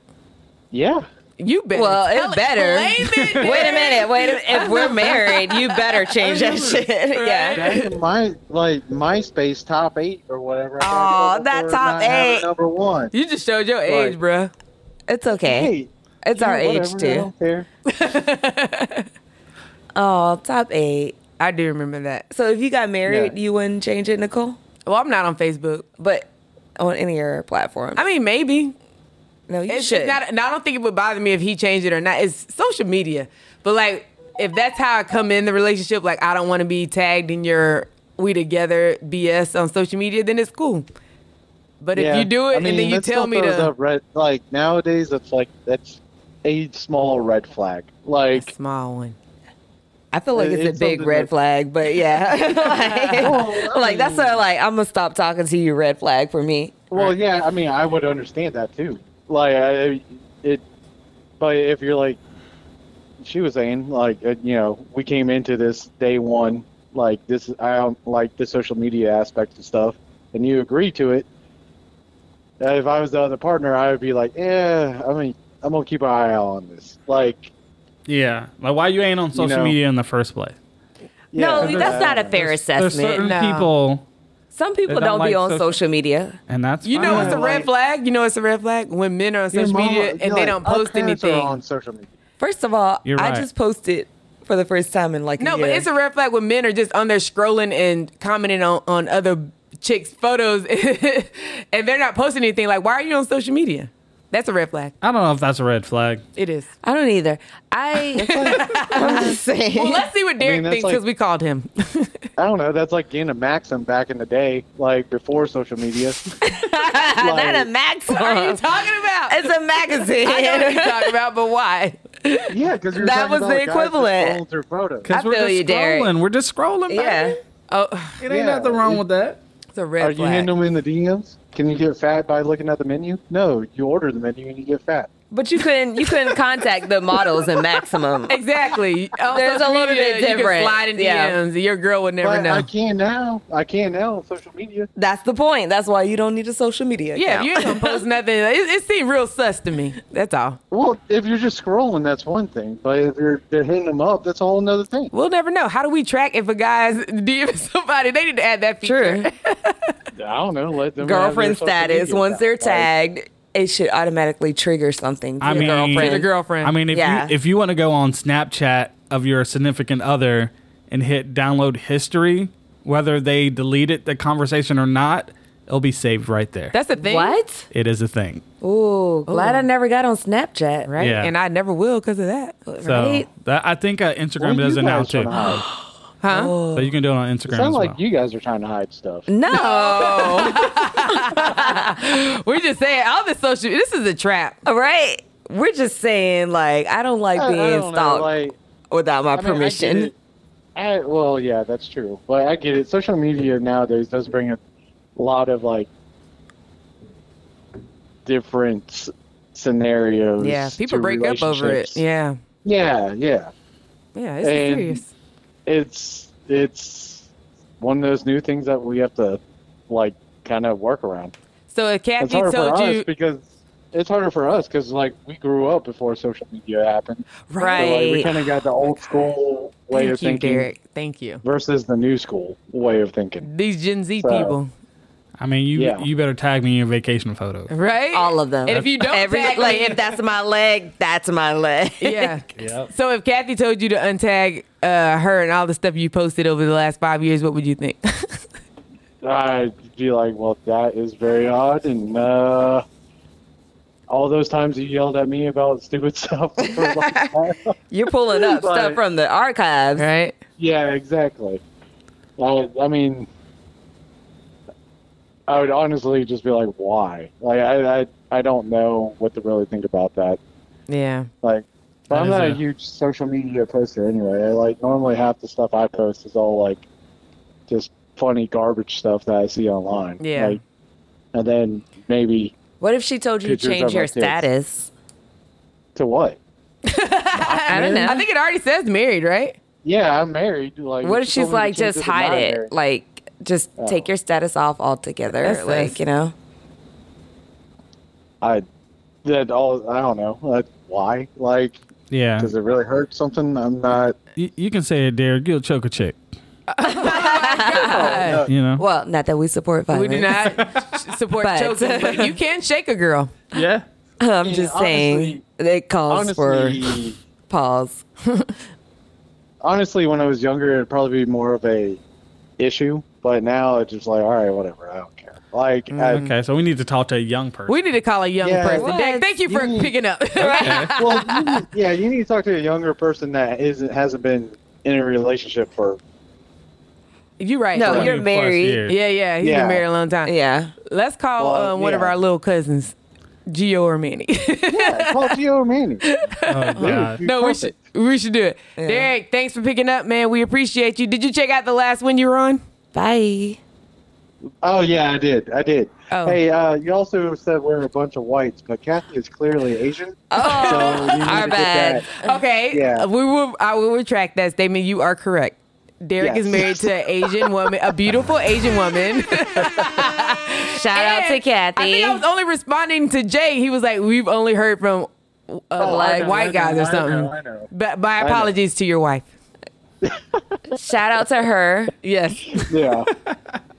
Speaker 1: Yeah.
Speaker 5: You better.
Speaker 4: Well, it
Speaker 5: tell
Speaker 4: better.
Speaker 5: Blame it,
Speaker 4: Wait a
Speaker 5: Derek.
Speaker 4: minute. Wait. A, minute. if we're married, you better change that shit. Yeah.
Speaker 1: Back in my like MySpace top eight or whatever.
Speaker 4: Aw,
Speaker 1: I got
Speaker 4: that
Speaker 1: for
Speaker 4: top
Speaker 1: not having
Speaker 4: eight.
Speaker 1: number one.
Speaker 5: You just showed your age, bruh.
Speaker 4: It's okay.
Speaker 1: Hey,
Speaker 4: It's
Speaker 1: yeah,
Speaker 4: our age
Speaker 1: whatever, I
Speaker 4: too.
Speaker 1: don't care.
Speaker 4: Oh, top eight.
Speaker 5: I do remember that.
Speaker 4: So if you got married,
Speaker 1: Yeah.
Speaker 4: you wouldn't change it, Nicole.
Speaker 5: Well, I'm not on Facebook.
Speaker 4: But on any other platform,
Speaker 5: I mean, maybe.
Speaker 4: No, you
Speaker 5: It's
Speaker 4: should.
Speaker 5: not.
Speaker 4: Not
Speaker 5: and I don't think it would bother me if he changed it or not. It's social media, but like if that's how I come in the relationship, like I don't want to be tagged in your we together BS on social media, then it's cool. But if
Speaker 1: Yeah,
Speaker 5: you do it
Speaker 1: I mean,
Speaker 5: and then you
Speaker 1: that's
Speaker 5: tell
Speaker 1: not
Speaker 5: me
Speaker 1: those
Speaker 5: to,
Speaker 1: up red, like nowadays, it's like that's a small red flag. Like,
Speaker 5: small one.
Speaker 4: I feel like
Speaker 1: It-
Speaker 4: it's,
Speaker 1: it's
Speaker 4: a big
Speaker 1: something
Speaker 4: red
Speaker 1: that-
Speaker 4: flag, but yeah, like, like, that's a like I'm gonna stop talking to you. Red flag for me.
Speaker 1: well, yeah, I mean, I would understand that too. Like, I, it, but if you're like, she was saying, like, uh, you know, we came into this day one, like this, I don't like the social media aspect and stuff, and you agree to it. Uh, If I was the other partner, I would be like, yeah, I mean, I'm gonna keep an eye out on this. Like,
Speaker 6: Yeah, like why you ain't on social
Speaker 1: know.
Speaker 6: media in the first place?
Speaker 1: yeah,
Speaker 4: no, that's
Speaker 1: uh,
Speaker 4: not a fair
Speaker 6: There's
Speaker 4: assessment.
Speaker 6: certain
Speaker 5: no.
Speaker 6: people,
Speaker 4: Some people
Speaker 6: They
Speaker 4: don't,
Speaker 6: don't
Speaker 4: be
Speaker 6: like
Speaker 4: on
Speaker 6: social-
Speaker 4: social media.
Speaker 6: and that's
Speaker 5: You know
Speaker 6: fine.
Speaker 5: it's a red flag. You know it's a red flag when men are on
Speaker 1: Your
Speaker 5: social
Speaker 1: mama-
Speaker 5: media
Speaker 1: you're
Speaker 5: and they
Speaker 1: like,
Speaker 5: don't
Speaker 1: "Our
Speaker 5: post
Speaker 1: parents are
Speaker 5: anything.
Speaker 1: on social media.
Speaker 4: First of all,
Speaker 6: You're
Speaker 4: I
Speaker 6: right.
Speaker 4: just posted for the first time in like
Speaker 5: No,
Speaker 4: a
Speaker 5: but
Speaker 4: year.
Speaker 5: it's a red flag when men are just on there scrolling and commenting on, on other chicks' photos and they're not posting anything. Like, why are you on social media? That's a red flag.
Speaker 6: I don't know if that's a red flag.
Speaker 5: It is.
Speaker 4: I don't either. I I'm just saying.
Speaker 5: Well, let's see what Derek
Speaker 1: that's
Speaker 5: thinks because
Speaker 1: like-
Speaker 5: we called him.
Speaker 1: I don't know. That's like getting a Maxim back in the day, like before social media. Like,
Speaker 4: not a maxim.
Speaker 5: what are you talking about?
Speaker 4: it's a magazine.
Speaker 5: I know what you're talking about, but why?
Speaker 1: yeah, because
Speaker 4: That was the equivalent.
Speaker 1: Through photos.
Speaker 6: Because
Speaker 4: I
Speaker 6: we're
Speaker 4: feel
Speaker 6: just
Speaker 4: you,
Speaker 6: scrolling.
Speaker 4: Derek.
Speaker 6: We're just scrolling.
Speaker 4: yeah.
Speaker 6: baby.
Speaker 5: Oh,
Speaker 6: it ain't
Speaker 1: Yeah.
Speaker 6: nothing wrong with that.
Speaker 5: it's a
Speaker 1: Are
Speaker 5: red
Speaker 1: you
Speaker 5: flag.
Speaker 1: hitting them in the DMs? Can you get fat by looking at the menu? No, you order the menu and you get fat.
Speaker 4: But you couldn't you couldn't contact the models in maximum.
Speaker 5: Exactly. On
Speaker 4: There's
Speaker 5: social
Speaker 4: a little bit
Speaker 5: media, You can
Speaker 4: different.
Speaker 5: slide in DMs.
Speaker 4: Yeah.
Speaker 5: and Your girl would never
Speaker 1: But
Speaker 5: know.
Speaker 1: I can now. I can now on social media.
Speaker 4: That's the point. That's why you don't need a social media.
Speaker 5: Yeah, if
Speaker 4: account.
Speaker 5: you ain't gonna post nothing. It, it seemed real sus to me. That's all.
Speaker 1: Well, if you're just scrolling, that's one thing. But if you're they're hitting them up, that's a whole another thing.
Speaker 5: We'll never know. How do we track if a guy's DMing somebody? They need to add that feature.
Speaker 4: Sure.
Speaker 1: I don't know. Let them have their
Speaker 4: girlfriend
Speaker 1: social
Speaker 4: status.
Speaker 1: media
Speaker 4: Once
Speaker 1: back.
Speaker 4: they're
Speaker 1: Like,
Speaker 4: tagged, it should automatically trigger something. To
Speaker 6: I
Speaker 4: the
Speaker 6: mean,
Speaker 4: girlfriend.
Speaker 5: To the girlfriend.
Speaker 6: I mean, if
Speaker 4: Yeah.
Speaker 6: you if you want to go on Snapchat of your significant other and hit download history, whether they deleted the conversation or not, it'll be saved right there.
Speaker 5: That's the thing.
Speaker 4: What?
Speaker 6: it is a thing.
Speaker 4: Ooh, glad I never got on Snapchat.
Speaker 5: Right?
Speaker 6: Yeah.
Speaker 5: And I never will because of that.
Speaker 6: So
Speaker 4: Right?
Speaker 6: that, I think uh,
Speaker 1: well,
Speaker 6: Instagram
Speaker 1: you
Speaker 6: does it now
Speaker 1: guys
Speaker 6: too.
Speaker 1: wanna hide.
Speaker 5: Huh?
Speaker 4: Oh.
Speaker 6: So you can do it on Instagram. as
Speaker 1: Sounds like
Speaker 6: well.
Speaker 1: you guys are trying to hide stuff.
Speaker 4: No.
Speaker 5: We're just saying all the social this is a trap.
Speaker 4: right. We're just saying, like, I don't like
Speaker 1: I- I
Speaker 4: being
Speaker 1: don't know,
Speaker 4: stalked
Speaker 1: like-
Speaker 4: without my
Speaker 1: I mean, I get
Speaker 4: permission.
Speaker 1: it. I, well, yeah, that's true. But I get it. Social media nowadays does bring a lot of like different s- scenarios.
Speaker 5: Yeah. People
Speaker 1: to
Speaker 5: break up over it.
Speaker 1: relationships.
Speaker 5: Yeah.
Speaker 1: Yeah, yeah.
Speaker 5: Yeah. It's
Speaker 1: And-
Speaker 5: serious.
Speaker 1: It's it's one of those new things that we have to like kind of work around.
Speaker 5: So if
Speaker 1: It's
Speaker 5: Kathy
Speaker 1: harder for
Speaker 5: told
Speaker 1: us
Speaker 5: you
Speaker 1: because it's harder for us because like we grew up before social media happened. So, like, we
Speaker 4: Right.
Speaker 1: kind of got the old school way
Speaker 5: Thank you,
Speaker 1: of thinking
Speaker 5: Derek. Thank you.
Speaker 1: versus the new school way of thinking.
Speaker 5: These Gen Z
Speaker 1: So-
Speaker 5: people.
Speaker 6: I mean, you
Speaker 1: Yeah.
Speaker 6: you better tag me in your vacation photo.
Speaker 5: Right?
Speaker 4: All of them.
Speaker 5: And if you don't
Speaker 4: Every,
Speaker 5: tag
Speaker 4: like,
Speaker 5: me-
Speaker 4: if that's my leg, that's my leg.
Speaker 5: Yeah.
Speaker 6: Yep.
Speaker 5: So if Kathy told you to untag uh, her and all the stuff you posted over the last five years, what would you think?
Speaker 1: I'd be like, well, that is very odd, and uh, all those times you yelled at me about stupid stuff. were like-
Speaker 4: You're pulling up stuff
Speaker 1: Right.
Speaker 4: from the archives.
Speaker 5: right?
Speaker 1: yeah, exactly. I, I mean, I would honestly just be like, why? Like, I, I, I don't know what to really think about that.
Speaker 5: Yeah.
Speaker 1: Like, but
Speaker 6: That
Speaker 1: I'm
Speaker 6: is
Speaker 1: not a
Speaker 6: a-
Speaker 1: huge social media poster anyway. I, like, normally half the stuff I post is all like just funny garbage stuff that I see online.
Speaker 5: Yeah.
Speaker 1: Like, and then maybe
Speaker 4: What if she told you to
Speaker 1: Pictures
Speaker 4: change
Speaker 1: of my
Speaker 4: your
Speaker 1: kids.
Speaker 4: status?
Speaker 1: to what?
Speaker 4: I don't know.
Speaker 5: I think it already says married, right?
Speaker 1: Yeah, I'm married. Like,
Speaker 4: what if
Speaker 1: she
Speaker 4: she's
Speaker 1: told me to
Speaker 4: like,
Speaker 1: change
Speaker 4: just
Speaker 1: to
Speaker 4: hide
Speaker 1: not
Speaker 4: it?
Speaker 1: married.
Speaker 4: Like, just take your status off altogether.
Speaker 5: That's
Speaker 4: like,
Speaker 5: sus.
Speaker 4: you know?
Speaker 1: I that all I don't know like, why. Like,
Speaker 6: Yeah,
Speaker 1: does it really hurt something? I'm not.
Speaker 6: you, you can say it, Derek. You'll choke a chick.
Speaker 1: no.
Speaker 6: You know.
Speaker 4: Well, not that we support
Speaker 5: We
Speaker 4: violence.
Speaker 5: do not support
Speaker 4: But-
Speaker 5: choking, but you can shake a girl.
Speaker 6: Yeah.
Speaker 4: I'm just
Speaker 1: Yeah,
Speaker 4: saying it calls for
Speaker 1: Honestly,
Speaker 4: pause.
Speaker 1: honestly, when I was younger, it'd probably be more of a issue. But now it's just like, all right, whatever. I don't care. Like, I-
Speaker 4: Mm-hmm.
Speaker 6: Okay, so we need to talk to a young person.
Speaker 5: We need to call a young
Speaker 1: Yeah.
Speaker 5: person.
Speaker 4: What?
Speaker 5: Dak, thank you for
Speaker 1: You-
Speaker 5: picking up.
Speaker 1: well, you need- yeah, you need to talk to a younger person that isn't hasn't been in a relationship for.
Speaker 5: you right.
Speaker 4: No, you're
Speaker 6: 20 plus
Speaker 4: married.
Speaker 6: years.
Speaker 5: yeah, yeah. He's
Speaker 1: Yeah.
Speaker 5: been married a long time.
Speaker 4: Yeah.
Speaker 5: Let's call
Speaker 1: Well,
Speaker 5: uh, one of
Speaker 1: yeah.
Speaker 5: our little cousins, Gio or Manny.
Speaker 1: Yeah, call Gio Manny.
Speaker 6: Oh, God.
Speaker 5: no, we should we should do it. Derek, thanks for picking up, man. We appreciate you. Did you check out the last one you were on?
Speaker 4: Bye.
Speaker 1: Oh yeah, I did. I did.
Speaker 5: Oh.
Speaker 1: Hey, uh, you also said we're a bunch of whites, but Kathy is clearly Asian.
Speaker 4: Oh,
Speaker 1: so you need to
Speaker 4: our
Speaker 1: get
Speaker 4: bad.
Speaker 1: that.
Speaker 5: Okay.
Speaker 1: Yeah.
Speaker 5: We will I will retract that statement. You are correct. Derek
Speaker 1: Yes.
Speaker 5: is married to an Asian woman, a beautiful Asian woman.
Speaker 4: Shout out to
Speaker 5: And I
Speaker 4: Kathy.
Speaker 5: think I was only responding to Jay. He was like, "We've only heard from uh,
Speaker 1: I
Speaker 5: like
Speaker 1: know, I
Speaker 5: white
Speaker 1: know,
Speaker 5: guys
Speaker 1: I
Speaker 5: or
Speaker 1: know,
Speaker 5: something."
Speaker 1: I know.
Speaker 5: But my
Speaker 1: know.
Speaker 5: apologies to your wife.
Speaker 4: Shout out to her.
Speaker 5: Yes.
Speaker 1: Yeah.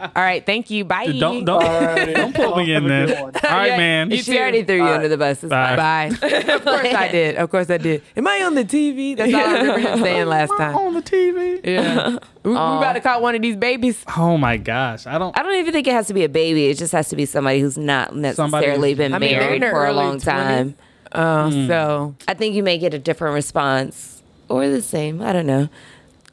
Speaker 5: All right. Thank you. Bye.
Speaker 6: Dude, don't don't, don't put me in
Speaker 1: Have a
Speaker 6: this.
Speaker 1: good
Speaker 6: All
Speaker 1: one.
Speaker 6: right,
Speaker 5: Yeah,
Speaker 6: man.
Speaker 5: you
Speaker 4: she
Speaker 5: too.
Speaker 4: already threw you under the bus. It's
Speaker 6: Bye.
Speaker 5: Bye. of course I did. Of course I did. Am I on the TV? That's all I remember him saying last time.
Speaker 6: on the TV.
Speaker 5: Yeah. We, we about to call one of these babies.
Speaker 6: Oh my gosh, I don't.
Speaker 4: I don't even think it has to be a baby. It just has to be somebody who's not necessarily been
Speaker 5: I mean, they're in
Speaker 4: married
Speaker 5: their
Speaker 4: for a
Speaker 5: early
Speaker 4: long time.
Speaker 5: 20s. Oh, so
Speaker 4: I think you may get a different response or the same. I don't know.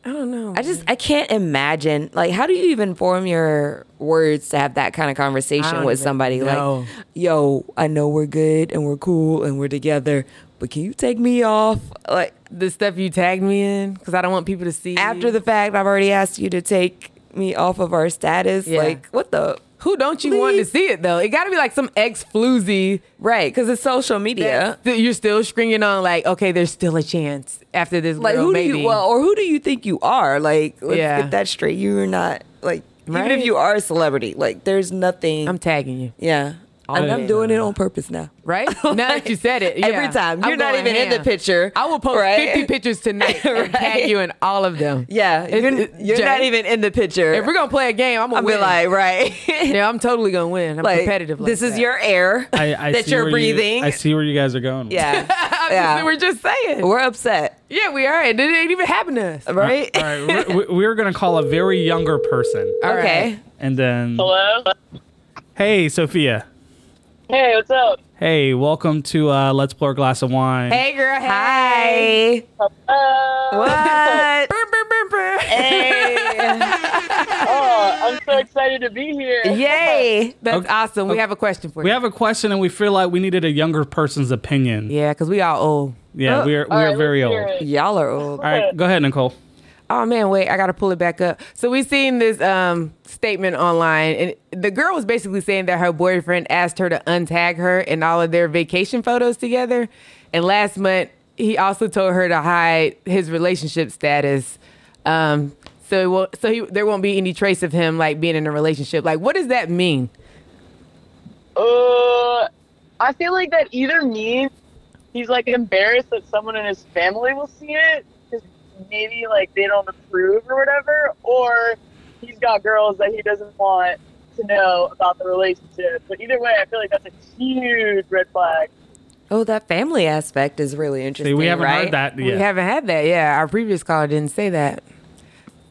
Speaker 5: I don't know.
Speaker 4: I just I can't imagine like how do you even form your words to have that kind of
Speaker 5: I
Speaker 4: conversation
Speaker 5: don't
Speaker 4: with
Speaker 5: even
Speaker 4: somebody
Speaker 5: know.
Speaker 4: like yo I know we're good and we're cool and we're together but can you take me off like
Speaker 5: the stuff you tagged me in because I don't want people to see
Speaker 4: after the fact I've already asked you to take me off of our status
Speaker 5: Yeah.
Speaker 4: like what the
Speaker 5: Who don't you want to
Speaker 4: Please.
Speaker 5: see it though? It got to be like some ex floozy
Speaker 4: right because it's social media
Speaker 5: that st- you're still stringing on like, okay, there's still a chance after this.
Speaker 4: like
Speaker 5: girl,
Speaker 4: who
Speaker 5: maybe.
Speaker 4: do you well or who do you think you are like let's
Speaker 5: Yeah.
Speaker 4: get that straight you're not like even
Speaker 5: Right.
Speaker 4: if you are a celebrity like there's nothing
Speaker 5: I'm tagging you,
Speaker 4: yeah and
Speaker 5: day
Speaker 4: I'm doing it on purpose now
Speaker 5: right? Now that you said it, yeah.
Speaker 4: every time
Speaker 5: I'm
Speaker 4: you're not
Speaker 5: going
Speaker 4: even in
Speaker 5: ham.
Speaker 4: the picture
Speaker 5: I will post
Speaker 4: right?
Speaker 5: 50 pictures tonight and tag
Speaker 4: Right.
Speaker 5: you in all of them.
Speaker 4: yeah
Speaker 5: It's-
Speaker 4: you're,
Speaker 5: it's-
Speaker 4: you're
Speaker 5: Jay,
Speaker 4: not even in the picture
Speaker 5: If we're gonna play a game, I'm gonna
Speaker 4: I'll be
Speaker 5: win.
Speaker 4: like right
Speaker 5: yeah, I'm totally gonna win. I'm
Speaker 4: like
Speaker 5: competitive. Like
Speaker 4: this is
Speaker 5: that.
Speaker 4: your air
Speaker 6: I, I
Speaker 4: that
Speaker 6: see
Speaker 4: you're
Speaker 6: where you-
Speaker 4: breathing
Speaker 6: I see where you guys are going. with
Speaker 4: yeah
Speaker 5: I'm
Speaker 4: yeah
Speaker 5: Just, we're just saying.
Speaker 4: we're upset
Speaker 5: yeah, we are. It didn't even happen to us.
Speaker 4: right
Speaker 6: All right, we're, we're gonna call a very younger person,
Speaker 5: All right.
Speaker 4: okay
Speaker 6: and then
Speaker 7: Hello?
Speaker 6: hey, Sophia.
Speaker 7: Hey, what's up?
Speaker 6: Hey, welcome to uh, Let's Pour a Glass of Wine.
Speaker 5: Hey, girl. Hey.
Speaker 4: hi
Speaker 7: Uh,
Speaker 4: what
Speaker 5: Brr, brr, brr, brr.
Speaker 4: hey
Speaker 7: oh, I'm so excited to be here.
Speaker 4: yay
Speaker 5: That's
Speaker 6: Okay.
Speaker 5: awesome. We have a question for you.
Speaker 6: We have a question, and we feel like we needed a younger person's opinion. Yeah,
Speaker 5: yeah, because we all old.
Speaker 6: we are we
Speaker 7: Oh, All
Speaker 6: are
Speaker 7: right,
Speaker 6: very
Speaker 7: let's
Speaker 6: old.
Speaker 7: hear
Speaker 6: All
Speaker 7: it.
Speaker 4: y'all are old
Speaker 6: right, go ahead, Nicole.
Speaker 5: Oh man, wait, I gotta pull it back up. So we seen this um statement online, and the girl was basically saying that her boyfriend asked her to untag her in all of their vacation photos together. And last month, he also told her to hide his relationship status. Um, so it will, so he, there won't be any trace of him like being in a relationship. Like, what does that mean?
Speaker 7: Uh, I feel like that either means he's like embarrassed that someone in his family will see it because maybe like they don't approve or whatever, or he's got girls that he doesn't want to know about the relationship. But either way, I feel like that's a huge red flag.
Speaker 4: oh that family aspect is really
Speaker 6: See,
Speaker 4: interesting
Speaker 6: we haven't
Speaker 4: right?
Speaker 6: heard that
Speaker 5: We
Speaker 6: yet.
Speaker 5: haven't had that. Yeah, our previous caller didn't say that.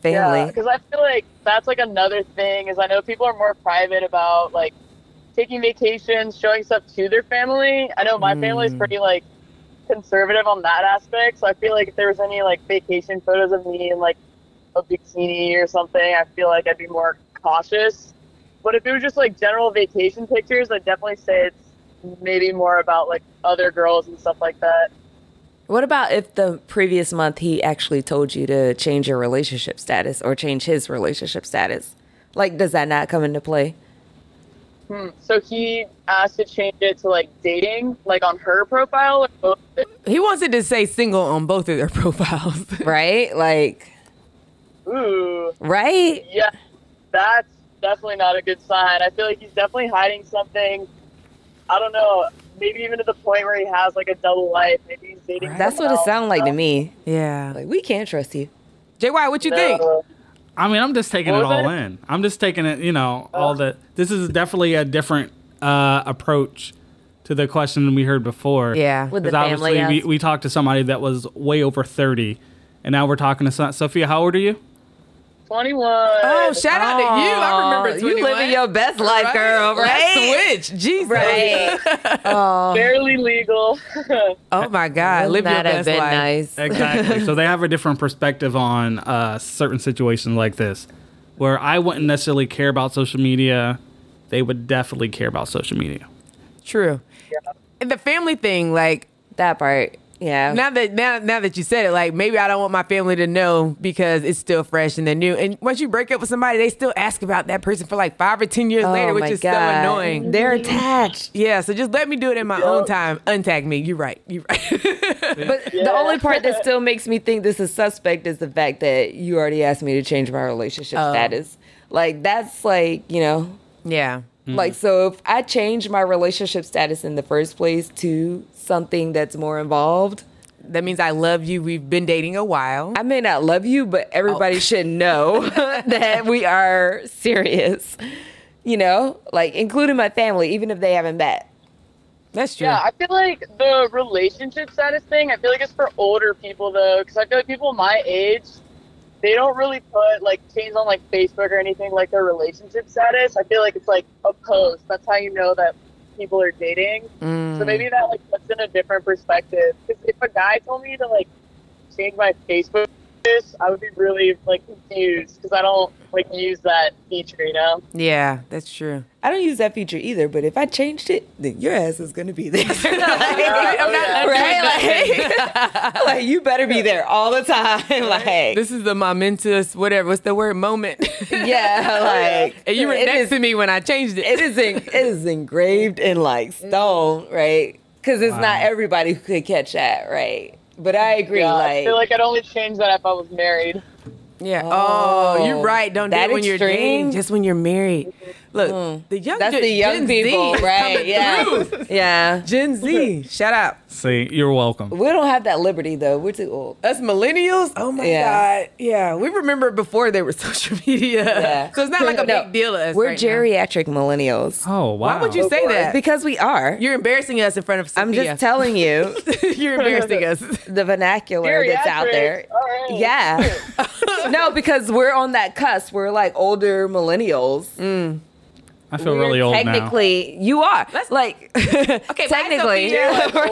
Speaker 7: Yeah,
Speaker 4: family
Speaker 7: because I feel like that's like another thing is I know people are more private about like taking vacations, showing stuff to their family. I know my family's pretty like conservative on that aspect, so I feel like if there was any like vacation photos of me in like a bikini or something, I feel like I'd be more cautious. But if it was just like general vacation pictures, I'd definitely say it's maybe more about like other girls and stuff like that.
Speaker 4: What about if the previous month he actually told you to change your relationship status or change his relationship status? Like, does that not come into play?
Speaker 7: So he asked to change it to like dating, like on her profile. Or both
Speaker 5: He wants it to say single on both of their profiles.
Speaker 4: Right? Like,
Speaker 7: Ooh,
Speaker 4: right?
Speaker 7: yeah, that's definitely not a good sign. I feel like he's definitely hiding something. I don't know, maybe even to the point where he has like a double life. Maybe he's dating.
Speaker 4: That's what it sounded like to me.
Speaker 5: yeah.
Speaker 4: Like, we can't trust you.
Speaker 5: Jay White, what you think?
Speaker 6: I mean, I'm just taking
Speaker 7: What
Speaker 6: it
Speaker 7: was
Speaker 6: all Oh.
Speaker 7: that?
Speaker 6: in. I'm just taking it, you know, all the. This is definitely a different uh, approach to the question than we heard before.
Speaker 5: Yeah.
Speaker 4: With the
Speaker 6: Because obviously
Speaker 4: family,
Speaker 6: we,
Speaker 4: yes.
Speaker 6: we talked to somebody that was way over 30, and now we're talking to some, Sophia. How old are you?
Speaker 7: 21.
Speaker 5: Oh, shout out to you. I remember
Speaker 4: Aw, Oh, you
Speaker 5: 21.
Speaker 4: living your best life, girl, right?
Speaker 5: Let's switch. Jesus.
Speaker 4: Right.
Speaker 7: barely legal.
Speaker 5: Oh my God. Live your
Speaker 8: that have
Speaker 5: best
Speaker 8: been
Speaker 5: life.
Speaker 8: nice.
Speaker 6: Exactly. so they have a different perspective on uh, certain situations like this, where I wouldn't necessarily care about social media. They would definitely care about social media.
Speaker 5: True. And the family thing, like
Speaker 4: That part. Yeah.
Speaker 5: now that now now that you said it, like maybe I don't want my family to know because it's still fresh and they're new. And once you break up with somebody, they still ask about that person for like five or ten years
Speaker 4: Oh,
Speaker 5: later,
Speaker 4: my
Speaker 5: which is so
Speaker 4: God.
Speaker 5: annoying.
Speaker 4: They're attached.
Speaker 5: yeah, so just let me do it in my own time. Untag me. You're right. You're right.
Speaker 4: But the only part that still makes me think this is suspect is the fact that you already asked me to change my relationship status. Like that's like, you know,
Speaker 5: yeah.
Speaker 4: like so if I change my relationship status in the first place to something that's more involved,
Speaker 5: That means I love you. We've been dating a while.
Speaker 4: I may not love you, but everybody should know that we are serious. You know, like including my family, even if they haven't met.
Speaker 5: That's true.
Speaker 7: Yeah, I feel like the relationship status thing, I feel like it's for older people though, because I feel like people my age, they don't really put like change on like Facebook or anything like their relationship status. I feel like it's like a post. That's how you know that people are dating. So maybe
Speaker 4: Mm.
Speaker 7: that like puts in a different perspective. 'Cause if a guy told me to like change my Facebook, status, I would be really like confused because I don't like use that feature, you know.
Speaker 5: yeah, that's true.
Speaker 4: I don't use that feature either, but if I changed it, then your ass is gonna be there. Like,
Speaker 7: yeah.
Speaker 4: right? Like, like, you better be there all the time. Like
Speaker 5: This is the momentous whatever. What's the word? Moment.
Speaker 4: yeah, like
Speaker 5: and you were
Speaker 4: it
Speaker 5: next
Speaker 4: is-
Speaker 5: to me when I changed it.
Speaker 4: it is en- it is engraved in like
Speaker 5: Mm.
Speaker 4: stone, right? Because it's not everybody who could catch that, right? But I agree,
Speaker 7: Yeah, I
Speaker 4: like,
Speaker 7: feel like I'd only change that if I was married.
Speaker 5: Yeah. Oh,
Speaker 4: Oh,
Speaker 5: you're right. Don't do
Speaker 4: that
Speaker 5: it when you're dating.
Speaker 4: extreme? Mm.
Speaker 5: Just when you're married. Look, the young.
Speaker 4: that's
Speaker 5: gen-
Speaker 4: the young
Speaker 5: Gen Z
Speaker 4: people,
Speaker 5: is
Speaker 4: right?
Speaker 5: coming
Speaker 4: Yeah,
Speaker 5: through.
Speaker 4: yeah.
Speaker 5: Gen Z. Shout out.
Speaker 6: See, you're welcome.
Speaker 4: We don't have that liberty though. We're too old.
Speaker 5: Us millennials. Oh my
Speaker 4: Yeah.
Speaker 5: god. Yeah. We remember before there was social media.
Speaker 4: Yeah.
Speaker 5: So it's not like a
Speaker 4: No,
Speaker 5: big deal to us.
Speaker 4: We're
Speaker 5: right now.
Speaker 4: geriatric millennials
Speaker 6: Oh wow!
Speaker 5: Why would you say that?
Speaker 4: because we are.
Speaker 5: you're embarrassing us in front of. Sophia.
Speaker 4: I'm just telling you
Speaker 5: you're embarrassing us.
Speaker 4: the vernacular that's out there.
Speaker 7: Geriatrics, all right.
Speaker 4: Yeah. no, because we're on that cusp. We're like older millennials.
Speaker 6: I feel really old
Speaker 4: technically, you are. like
Speaker 5: Okay. bye,
Speaker 4: technically,
Speaker 5: Sophia.
Speaker 6: now.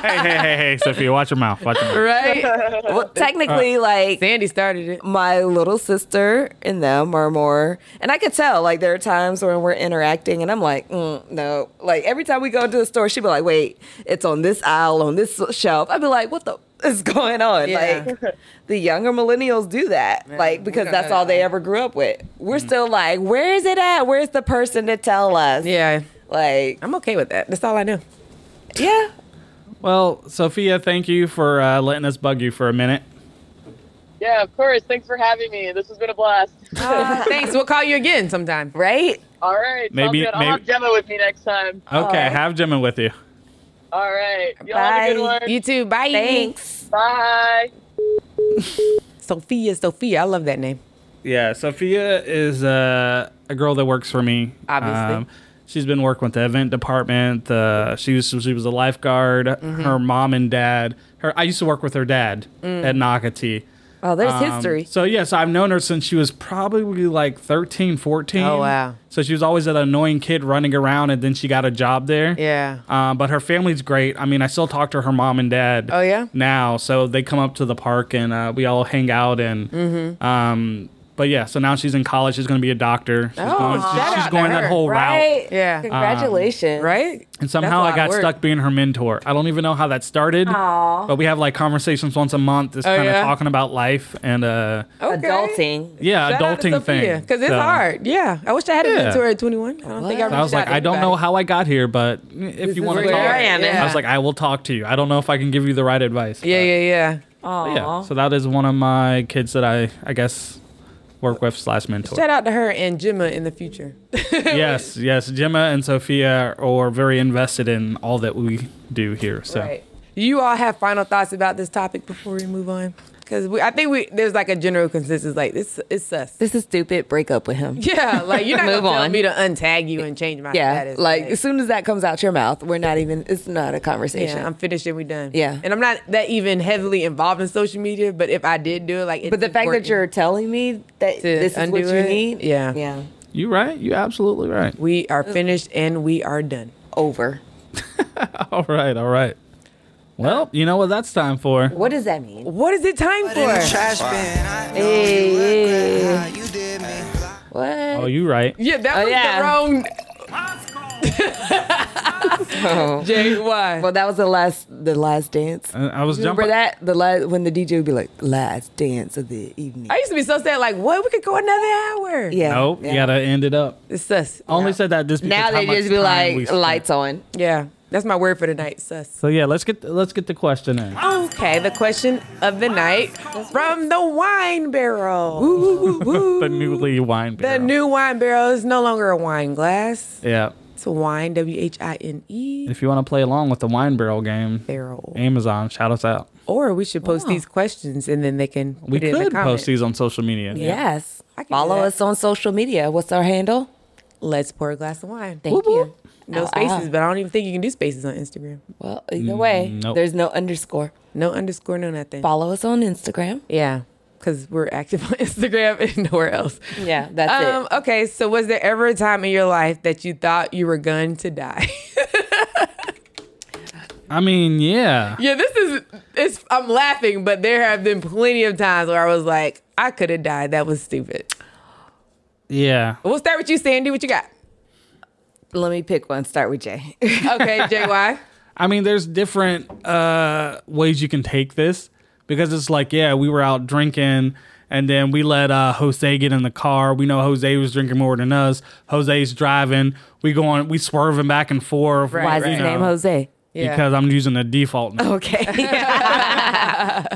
Speaker 6: Hey, hey, hey, hey, Sophia, watch your mouth. Watch your mouth.
Speaker 5: Right.
Speaker 4: well, technically, like
Speaker 5: Sandy started it.
Speaker 4: my little sister and them are more, and I could tell. Like there are times when we're interacting, and I'm like, mm, no. Like every time we go into the store, she'd be like, wait, it's on this aisle, on this shelf. I'd be like, what the is going on?
Speaker 5: Yeah.
Speaker 4: Like the younger millennials do that, like because
Speaker 5: got
Speaker 4: that's
Speaker 5: that Mm.
Speaker 4: all they ever grew up with. We're still like, where is it at? Where's the person to tell us?
Speaker 5: Yeah.
Speaker 4: Like,
Speaker 5: I'm okay with that. That's all I know.
Speaker 4: yeah.
Speaker 6: Well, Sophia, thank you for uh, letting us bug you for a minute.
Speaker 7: Yeah, of course. Thanks for having me. This has been a blast.
Speaker 5: Thanks. We'll call you again sometime.
Speaker 4: Right?
Speaker 7: All right. sounds
Speaker 6: Maybe-
Speaker 7: good. I'll have
Speaker 6: maybe-
Speaker 7: Gemma with me next time.
Speaker 6: Okay, have Gemma with you.
Speaker 7: All right. Y'all have a good
Speaker 4: Bye.
Speaker 7: one.
Speaker 5: You too. Bye.
Speaker 4: Thanks.
Speaker 7: Bye.
Speaker 5: Sophia, Sophia. I love that name.
Speaker 6: Yeah, Sophia is uh, a girl that works for me. Um,
Speaker 5: Obviously.
Speaker 6: she's been working with the event department. The she was she was a lifeguard.
Speaker 5: Mm-hmm.
Speaker 6: Her mom and dad. Her I used to work with her dad
Speaker 5: Mm.
Speaker 6: at Nocatee.
Speaker 4: Oh, there's
Speaker 6: Um,
Speaker 4: history.
Speaker 6: So yeah, so I've known her since she was probably like 13, 14.
Speaker 5: Oh, wow.
Speaker 6: So she was always that annoying kid running around, and then she got a job there.
Speaker 5: Yeah.
Speaker 6: Um, but her family's great. I mean, I still talk to her mom and dad.
Speaker 5: Oh, yeah?
Speaker 6: Now, so they come up to the park and uh, we all hang out and.
Speaker 5: Mm-hmm.
Speaker 6: Um, but yeah, so now she's in college. She's going to be a doctor. She's going, she's-
Speaker 5: Oh, shout
Speaker 6: she's
Speaker 5: out to
Speaker 6: going that
Speaker 5: her,
Speaker 6: whole route.
Speaker 4: Right?
Speaker 5: Yeah. Um,
Speaker 4: Congratulations.
Speaker 5: Right?
Speaker 6: And somehow
Speaker 5: That's a
Speaker 6: I got
Speaker 5: lot of work.
Speaker 6: stuck being her mentor. I don't even know how that started. But we have like conversations once a month, just kind of
Speaker 5: Oh, yeah?
Speaker 6: talking about life and uh,
Speaker 5: Okay.
Speaker 4: Adulting.
Speaker 6: yeah,
Speaker 5: Shout out to
Speaker 6: adulting
Speaker 5: Sophia,
Speaker 6: thing.
Speaker 5: Because it's
Speaker 6: So-
Speaker 5: hard. Yeah. I wish I had a
Speaker 6: Yeah.
Speaker 5: mentor at 21. I don't think I
Speaker 4: Wow.
Speaker 5: reached
Speaker 6: I was like,
Speaker 5: out to
Speaker 6: I don't know
Speaker 5: anybody.
Speaker 6: how I got here, but if you want to
Speaker 5: where
Speaker 6: talk,
Speaker 5: I am
Speaker 6: I
Speaker 5: now.
Speaker 6: was like, I will talk to you. I don't know if I can give you the right advice.
Speaker 5: Yeah, yeah, yeah.
Speaker 6: but yeah. So that is one of my kids that I, I guess, work with slash mentor.
Speaker 5: Shout out to her and Gemma in the future.
Speaker 6: yes, yes. Gemma and Sophia are very invested in all that we do here. So
Speaker 5: You all have final thoughts about this topic before we move on? Because I think we there's like a general consensus like this is sus.
Speaker 4: This is stupid. Break up with him.
Speaker 5: Yeah, like you're not gonna
Speaker 4: Move
Speaker 5: tell
Speaker 4: on.
Speaker 5: me to untag you and change my
Speaker 4: Yeah,
Speaker 5: status.
Speaker 4: like as soon as that comes out your mouth, we're not even. It's not a conversation.
Speaker 5: yeah, I'm finished and we done.
Speaker 4: Yeah.
Speaker 5: and I'm not that even heavily involved in social media. But if I did do it, like, it's
Speaker 4: but the fact
Speaker 5: important
Speaker 4: that you're telling me that
Speaker 5: to
Speaker 4: this is
Speaker 5: undo
Speaker 4: what you
Speaker 5: it,
Speaker 4: need,
Speaker 5: yeah,
Speaker 4: yeah,
Speaker 6: You right? You absolutely right.
Speaker 5: we are finished and we are done.
Speaker 4: over.
Speaker 6: All right, all right. Well, you know what that's time for.
Speaker 4: What does that mean?
Speaker 5: What is it time for?
Speaker 2: Trash bin.
Speaker 4: Hey,
Speaker 2: You did me.
Speaker 4: what?
Speaker 6: Oh, you right.
Speaker 5: Yeah, that
Speaker 4: Oh,
Speaker 5: was
Speaker 4: yeah.
Speaker 5: the wrong Jay. Why?
Speaker 4: Well, that was the last, the last dance.
Speaker 6: Uh, I I was
Speaker 4: Remember
Speaker 6: jumping.
Speaker 4: that the last when the DJ would be like, "Last dance of the evening."
Speaker 5: I used to be so sad. Like, what? We could go another hour.
Speaker 4: yeah.
Speaker 6: Nope,
Speaker 4: yeah.
Speaker 6: you gotta end it up.
Speaker 5: it's sus.
Speaker 6: Only said that just because
Speaker 4: Now
Speaker 6: how
Speaker 4: they
Speaker 6: much
Speaker 4: just be
Speaker 6: time we
Speaker 4: like,
Speaker 6: spent.
Speaker 4: "Lights on."
Speaker 5: Yeah, that's my word for tonight. Sus.
Speaker 6: So yeah, let's get let's get the question in.
Speaker 5: Okay, the question of the night from the wine barrel.
Speaker 6: the newly wine
Speaker 5: The
Speaker 6: barrel.
Speaker 5: new wine barrel is no longer a wine glass.
Speaker 6: yeah.
Speaker 5: It's a wine, W H I N E
Speaker 6: If you want to play along with the wine barrel game,
Speaker 5: barrel.
Speaker 6: Amazon shout us out.
Speaker 5: Or we should post these questions and then they can put
Speaker 6: We
Speaker 5: it in the
Speaker 6: could
Speaker 5: comment.
Speaker 6: post these on social media.
Speaker 4: Yes.
Speaker 5: I can do
Speaker 4: Follow
Speaker 5: that.
Speaker 4: us on social media. What's our handle?
Speaker 5: Let's pour a glass of wine.
Speaker 4: Thank
Speaker 6: Whoop,
Speaker 4: you.
Speaker 6: whoop.
Speaker 5: No
Speaker 4: Ow, ow.
Speaker 5: spaces, but I don't even think you can do spaces on Instagram.
Speaker 4: Well, either way,
Speaker 6: Mm, nope.
Speaker 4: there's no underscore.
Speaker 5: No underscore, no nothing.
Speaker 4: Follow us on Instagram.
Speaker 5: Yeah, because we're active on Instagram and nowhere else.
Speaker 4: Yeah, that's
Speaker 5: um, Okay, so was there ever a time in your life that you thought you were going to die?
Speaker 6: I mean, yeah.
Speaker 5: yeah, this is. It's. I'm laughing, but there have been plenty of times where I was like, I could have died. That was stupid.
Speaker 6: Yeah.
Speaker 5: We'll start with you, Sandy. What you got?
Speaker 4: it. Let me pick one. Start with Jay.
Speaker 5: Okay, JY.
Speaker 6: I mean, there's different uh, ways you can take this because it's like, yeah, we were out drinking and then we let uh, Jose get in the car. We know Jose was drinking more than us. Jose's driving. We going, we swerving back and forth.
Speaker 5: Right,
Speaker 4: Why is
Speaker 5: right.
Speaker 4: his
Speaker 6: you know,
Speaker 4: name Jose?
Speaker 6: Because I'm using the default. Now.
Speaker 4: Okay.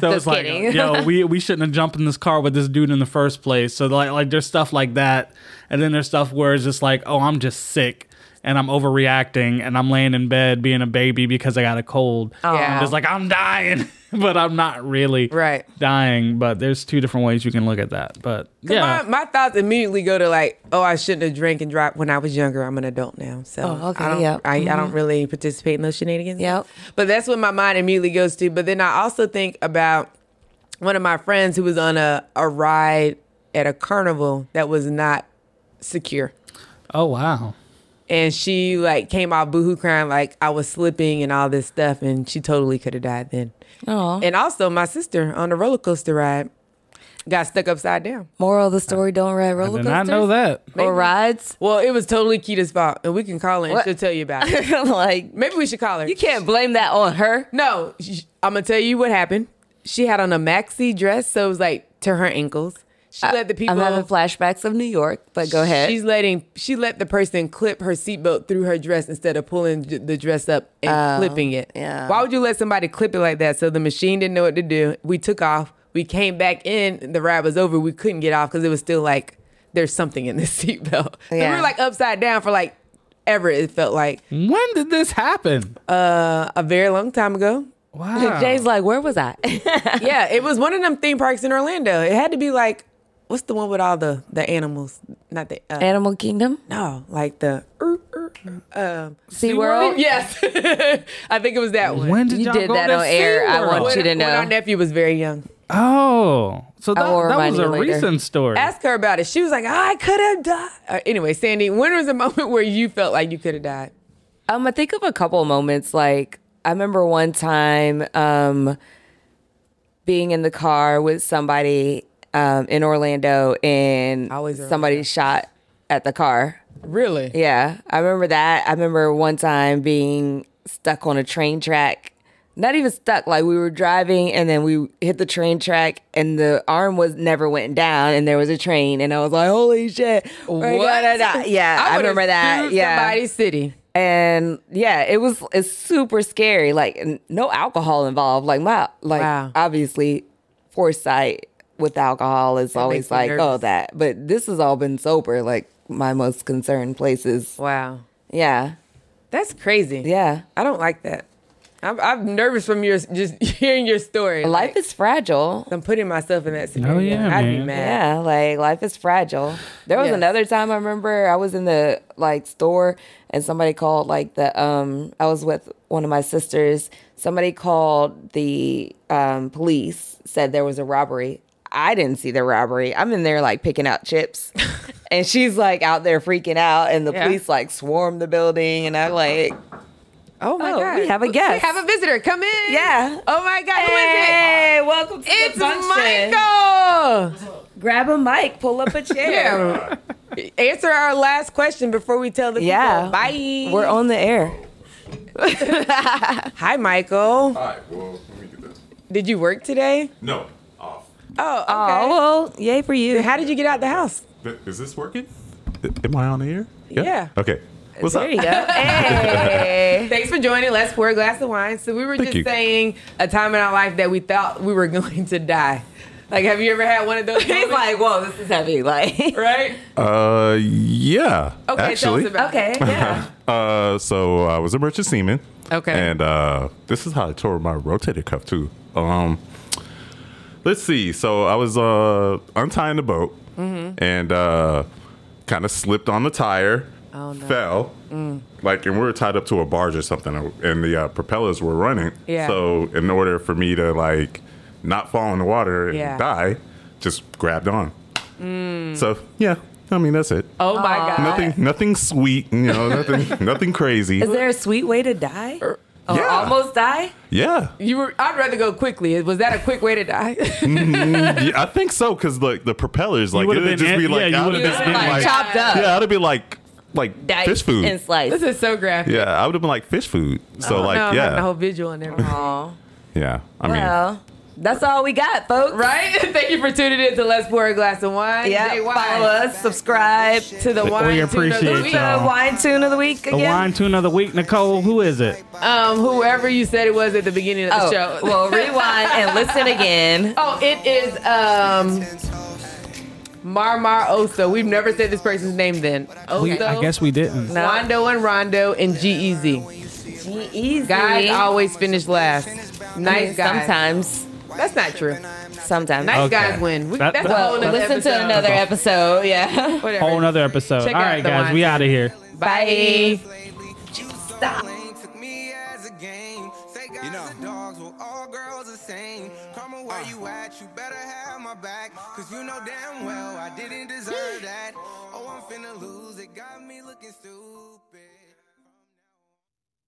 Speaker 6: so it's like,
Speaker 4: kidding.
Speaker 6: yo, we, we shouldn't have jumped in this car with this dude in the first place. So like, like there's stuff like that, and then there's stuff where it's just like, oh, I'm just sick. And I'm overreacting, and I'm laying in bed being a baby because I got a cold.
Speaker 5: Yeah.
Speaker 6: I'm just like I'm dying, but I'm not really
Speaker 5: Right.
Speaker 6: dying. But there's two different ways you can look at that. But yeah,
Speaker 5: My, my thoughts immediately go to like, oh, I shouldn't have drank and dropped when I was younger. I'm an adult now, so
Speaker 4: Oh, okay,
Speaker 5: I don't,
Speaker 4: yep.
Speaker 5: I, I don't really participate in those shenanigans.
Speaker 4: Yep.
Speaker 5: But that's what my mind immediately goes to. But then I also think about one of my friends who was on a, a ride at a carnival that was not secure.
Speaker 6: oh wow,
Speaker 5: And she like came out boohoo crying like I was slipping and all this stuff and she totally could have died then.
Speaker 4: Aw.
Speaker 5: And also my sister on the roller coaster ride got stuck upside down.
Speaker 4: Moral of the story: Don't ride roller
Speaker 6: did
Speaker 4: coasters
Speaker 6: not know that.
Speaker 4: or rides.
Speaker 5: Well, it was totally Keita's fault, and we can call her and
Speaker 4: What?
Speaker 5: she'll tell you about it.
Speaker 4: like
Speaker 5: Maybe we should call her.
Speaker 4: you can't blame that on her.
Speaker 5: No, I'm gonna tell you what happened. She had on a maxi dress, so it was like to her ankles. She let the people.
Speaker 4: I'm having flashbacks of New York, but Uh, go ahead.
Speaker 5: She's letting. She let the person clip her seatbelt through her dress instead of pulling j- the dress up and clipping it.
Speaker 4: Oh, yeah.
Speaker 5: Why would you let somebody clip it like that? So the machine didn't know what to do. We took off. We came back in. The ride was over. We couldn't get off because it was still like there's something in this seatbelt. So we
Speaker 4: Yeah.
Speaker 5: were like upside down for like ever. It felt like
Speaker 6: When did this happen?
Speaker 5: a very long time ago.
Speaker 6: Wow,
Speaker 4: Jay's like, where was I?
Speaker 5: yeah, it was one of them theme parks in Orlando. It had to be like, what's the one with all the the animals? Not the uh,
Speaker 4: Animal Kingdom,
Speaker 5: no, like the er, er, er, um.
Speaker 4: SeaWorld.
Speaker 5: Yes, I think it was that one.
Speaker 6: when did
Speaker 4: You
Speaker 6: y'all
Speaker 4: did
Speaker 6: go
Speaker 4: that
Speaker 6: to
Speaker 4: on air. I
Speaker 6: SeaWorld?
Speaker 4: want you to
Speaker 5: When our
Speaker 4: know.
Speaker 5: nephew was very young.
Speaker 6: Oh, so that,
Speaker 4: will
Speaker 6: that
Speaker 4: remind
Speaker 6: was
Speaker 4: you
Speaker 6: a
Speaker 4: later.
Speaker 6: recent story.
Speaker 5: Ask her about it. She was like, "Oh, I could have died. Uh, anyway, Sandy, when was the moment where you felt like you could have died?
Speaker 4: Um, I think of a couple of moments. Like I remember one time um, being in the car with somebody um, in Orlando, and
Speaker 5: Always Orlando.
Speaker 4: somebody shot at the car.
Speaker 5: Really?
Speaker 4: Yeah, I remember that. I remember one time being stuck on a train track. Not even stuck, like we were driving and then we hit the train track and the arm was never went down and there was a train and I was like, holy shit. we're gonna die." Yeah, I,
Speaker 5: would've
Speaker 4: remember that.
Speaker 5: sued
Speaker 4: Yeah.
Speaker 5: Somebody's city.
Speaker 4: And yeah, it was it's super scary. Like n- no alcohol involved. Like my like
Speaker 5: Wow.
Speaker 4: obviously foresight with alcohol is always
Speaker 5: makes me
Speaker 4: like,
Speaker 5: nervous.
Speaker 4: oh that. But this has all been sober, like my most concerned places.
Speaker 5: Wow.
Speaker 4: Yeah.
Speaker 5: That's crazy.
Speaker 4: Yeah.
Speaker 5: I don't like that. I'm, I'm nervous from your just hearing your story.
Speaker 4: Life
Speaker 5: Like,
Speaker 4: is fragile.
Speaker 5: I'm putting myself in
Speaker 8: Oh,
Speaker 5: that scenario.
Speaker 6: yeah,
Speaker 5: I'd be
Speaker 6: man.
Speaker 5: mad.
Speaker 4: Yeah, like life is fragile. There was
Speaker 5: Yes.
Speaker 4: another time I remember I was in the like store and somebody called like the um I was with one of my sisters. Somebody called the um police said there was a robbery. I didn't see the robbery. I'm in there like picking out chips. and she's like out there freaking out and the
Speaker 5: Yeah.
Speaker 4: police like swarm the building and I'm like
Speaker 5: Oh my
Speaker 4: Oh,
Speaker 5: god,
Speaker 4: we have a
Speaker 5: We
Speaker 4: guest.
Speaker 5: have a visitor. Come in.
Speaker 4: Yeah.
Speaker 5: Oh my god,
Speaker 4: Hey, welcome to
Speaker 5: who is it? It's
Speaker 4: the function.
Speaker 5: Michael.
Speaker 4: Grab a mic, pull up a chair.
Speaker 5: Yeah. Answer our last question before we tell the people.
Speaker 4: Yeah.
Speaker 5: Bye.
Speaker 4: We're on the air.
Speaker 5: Hi, Michael.
Speaker 8: All right, well, let me get this.
Speaker 5: Did you work today?
Speaker 8: No, off.
Speaker 5: Oh, okay.
Speaker 4: Oh well, yay for you.
Speaker 5: How did you get out the house?
Speaker 8: Th- Is this working? I- Am I on the air?
Speaker 5: Yeah.
Speaker 8: Okay. What's
Speaker 4: There
Speaker 8: up?
Speaker 4: you go. Hey.
Speaker 5: Thanks for joining. Let's pour a glass of wine. So we were
Speaker 8: Thank
Speaker 5: just
Speaker 8: you.
Speaker 5: saying a time in our life that we thought we were going to die. Like, have you ever had one of those?
Speaker 4: He's
Speaker 5: moments?
Speaker 4: like, whoa, this is heavy. Like,
Speaker 5: right?
Speaker 8: Uh, yeah.
Speaker 5: Okay,
Speaker 8: actually.
Speaker 5: tell us about
Speaker 4: okay,
Speaker 5: it.
Speaker 4: yeah.
Speaker 8: Uh, so I was a merchant seaman.
Speaker 5: Okay.
Speaker 8: And uh, this is how I tore my rotator cuff too. Um, let's see. So I was uh untying the boat
Speaker 5: Mm-hmm.
Speaker 8: and uh, kind of slipped on the tire.
Speaker 5: Oh, no. Mm.
Speaker 8: Fell. Like, and we were tied up to a barge or something, and the uh, propellers were running.
Speaker 5: Yeah.
Speaker 8: So in order for me to like not fall in the water and
Speaker 5: Yeah. Mm.
Speaker 8: die, just grabbed on. So yeah, I mean that's it.
Speaker 5: Oh my God.
Speaker 8: Nothing, nothing sweet, you know, nothing, nothing crazy.
Speaker 4: Is there a sweet way to die? Or
Speaker 8: Yeah.
Speaker 4: Er, almost die?
Speaker 8: Yeah,
Speaker 5: You were. I'd rather go quickly. Was that a quick way to die?
Speaker 8: Mm, yeah, I think so because like the propellers, like
Speaker 6: would've
Speaker 8: it'd
Speaker 6: been
Speaker 8: just
Speaker 6: in-
Speaker 8: be
Speaker 6: yeah,
Speaker 8: like,
Speaker 6: you
Speaker 8: I would've
Speaker 6: would've
Speaker 8: just
Speaker 6: been
Speaker 8: been
Speaker 6: like-
Speaker 8: like,
Speaker 4: Chopped up.
Speaker 8: yeah, I'd be like, like
Speaker 4: Diced
Speaker 8: fish food.
Speaker 4: And sliced.
Speaker 5: this is so graphic.
Speaker 8: yeah, I would have been like fish food. So like,
Speaker 5: Uh-huh. no, I'm having a whole
Speaker 8: yeah,
Speaker 5: visual and everything.
Speaker 4: Aw.
Speaker 8: yeah. I mean,
Speaker 4: Well, that's all we got, folks.
Speaker 5: Right? Thank you for tuning in to Let's Pour a Glass of Wine.
Speaker 4: Yeah.
Speaker 5: Jay Wine.
Speaker 4: Follow us, subscribe.
Speaker 5: to the wine.
Speaker 6: We
Speaker 5: tune of the
Speaker 6: appreciate
Speaker 5: week.
Speaker 6: y'all.
Speaker 4: The wine tune of the week
Speaker 6: The
Speaker 4: again.
Speaker 6: wine tune of the week, Nicole. Who is it?
Speaker 5: Um, whoever you said it was at the beginning of the
Speaker 4: Oh,
Speaker 5: show.
Speaker 4: well, rewind and listen again.
Speaker 5: Oh, it is um Marmar Oso. We've never said this person's name then. Oso,
Speaker 6: We, I guess we didn't.
Speaker 4: No.
Speaker 5: Wando and Rondo and G-Eazy.
Speaker 4: Easy.
Speaker 5: Guys always finish last. Nice guys.
Speaker 4: E Sometimes.
Speaker 5: That's not true.
Speaker 4: Sometimes.
Speaker 5: Nice
Speaker 6: Okay.
Speaker 5: guys win. We,
Speaker 6: That-
Speaker 5: that's a
Speaker 6: Well,
Speaker 5: whole
Speaker 4: Well,
Speaker 5: nother
Speaker 4: listen
Speaker 5: episode.
Speaker 4: to another episode. Yeah.
Speaker 5: Whatever.
Speaker 6: Whole another episode.
Speaker 5: Check
Speaker 6: All
Speaker 5: out
Speaker 6: right,
Speaker 5: the
Speaker 6: guys,
Speaker 5: wine
Speaker 6: we
Speaker 5: tune.
Speaker 6: out of here.
Speaker 5: Bye.
Speaker 4: Stop.
Speaker 3: You know, dogs were all girls the same. Karma, where you at? You better have my back. Cause you know damn well I didn't deserve that. Oh, I'm finna lose. It got me looking stupid.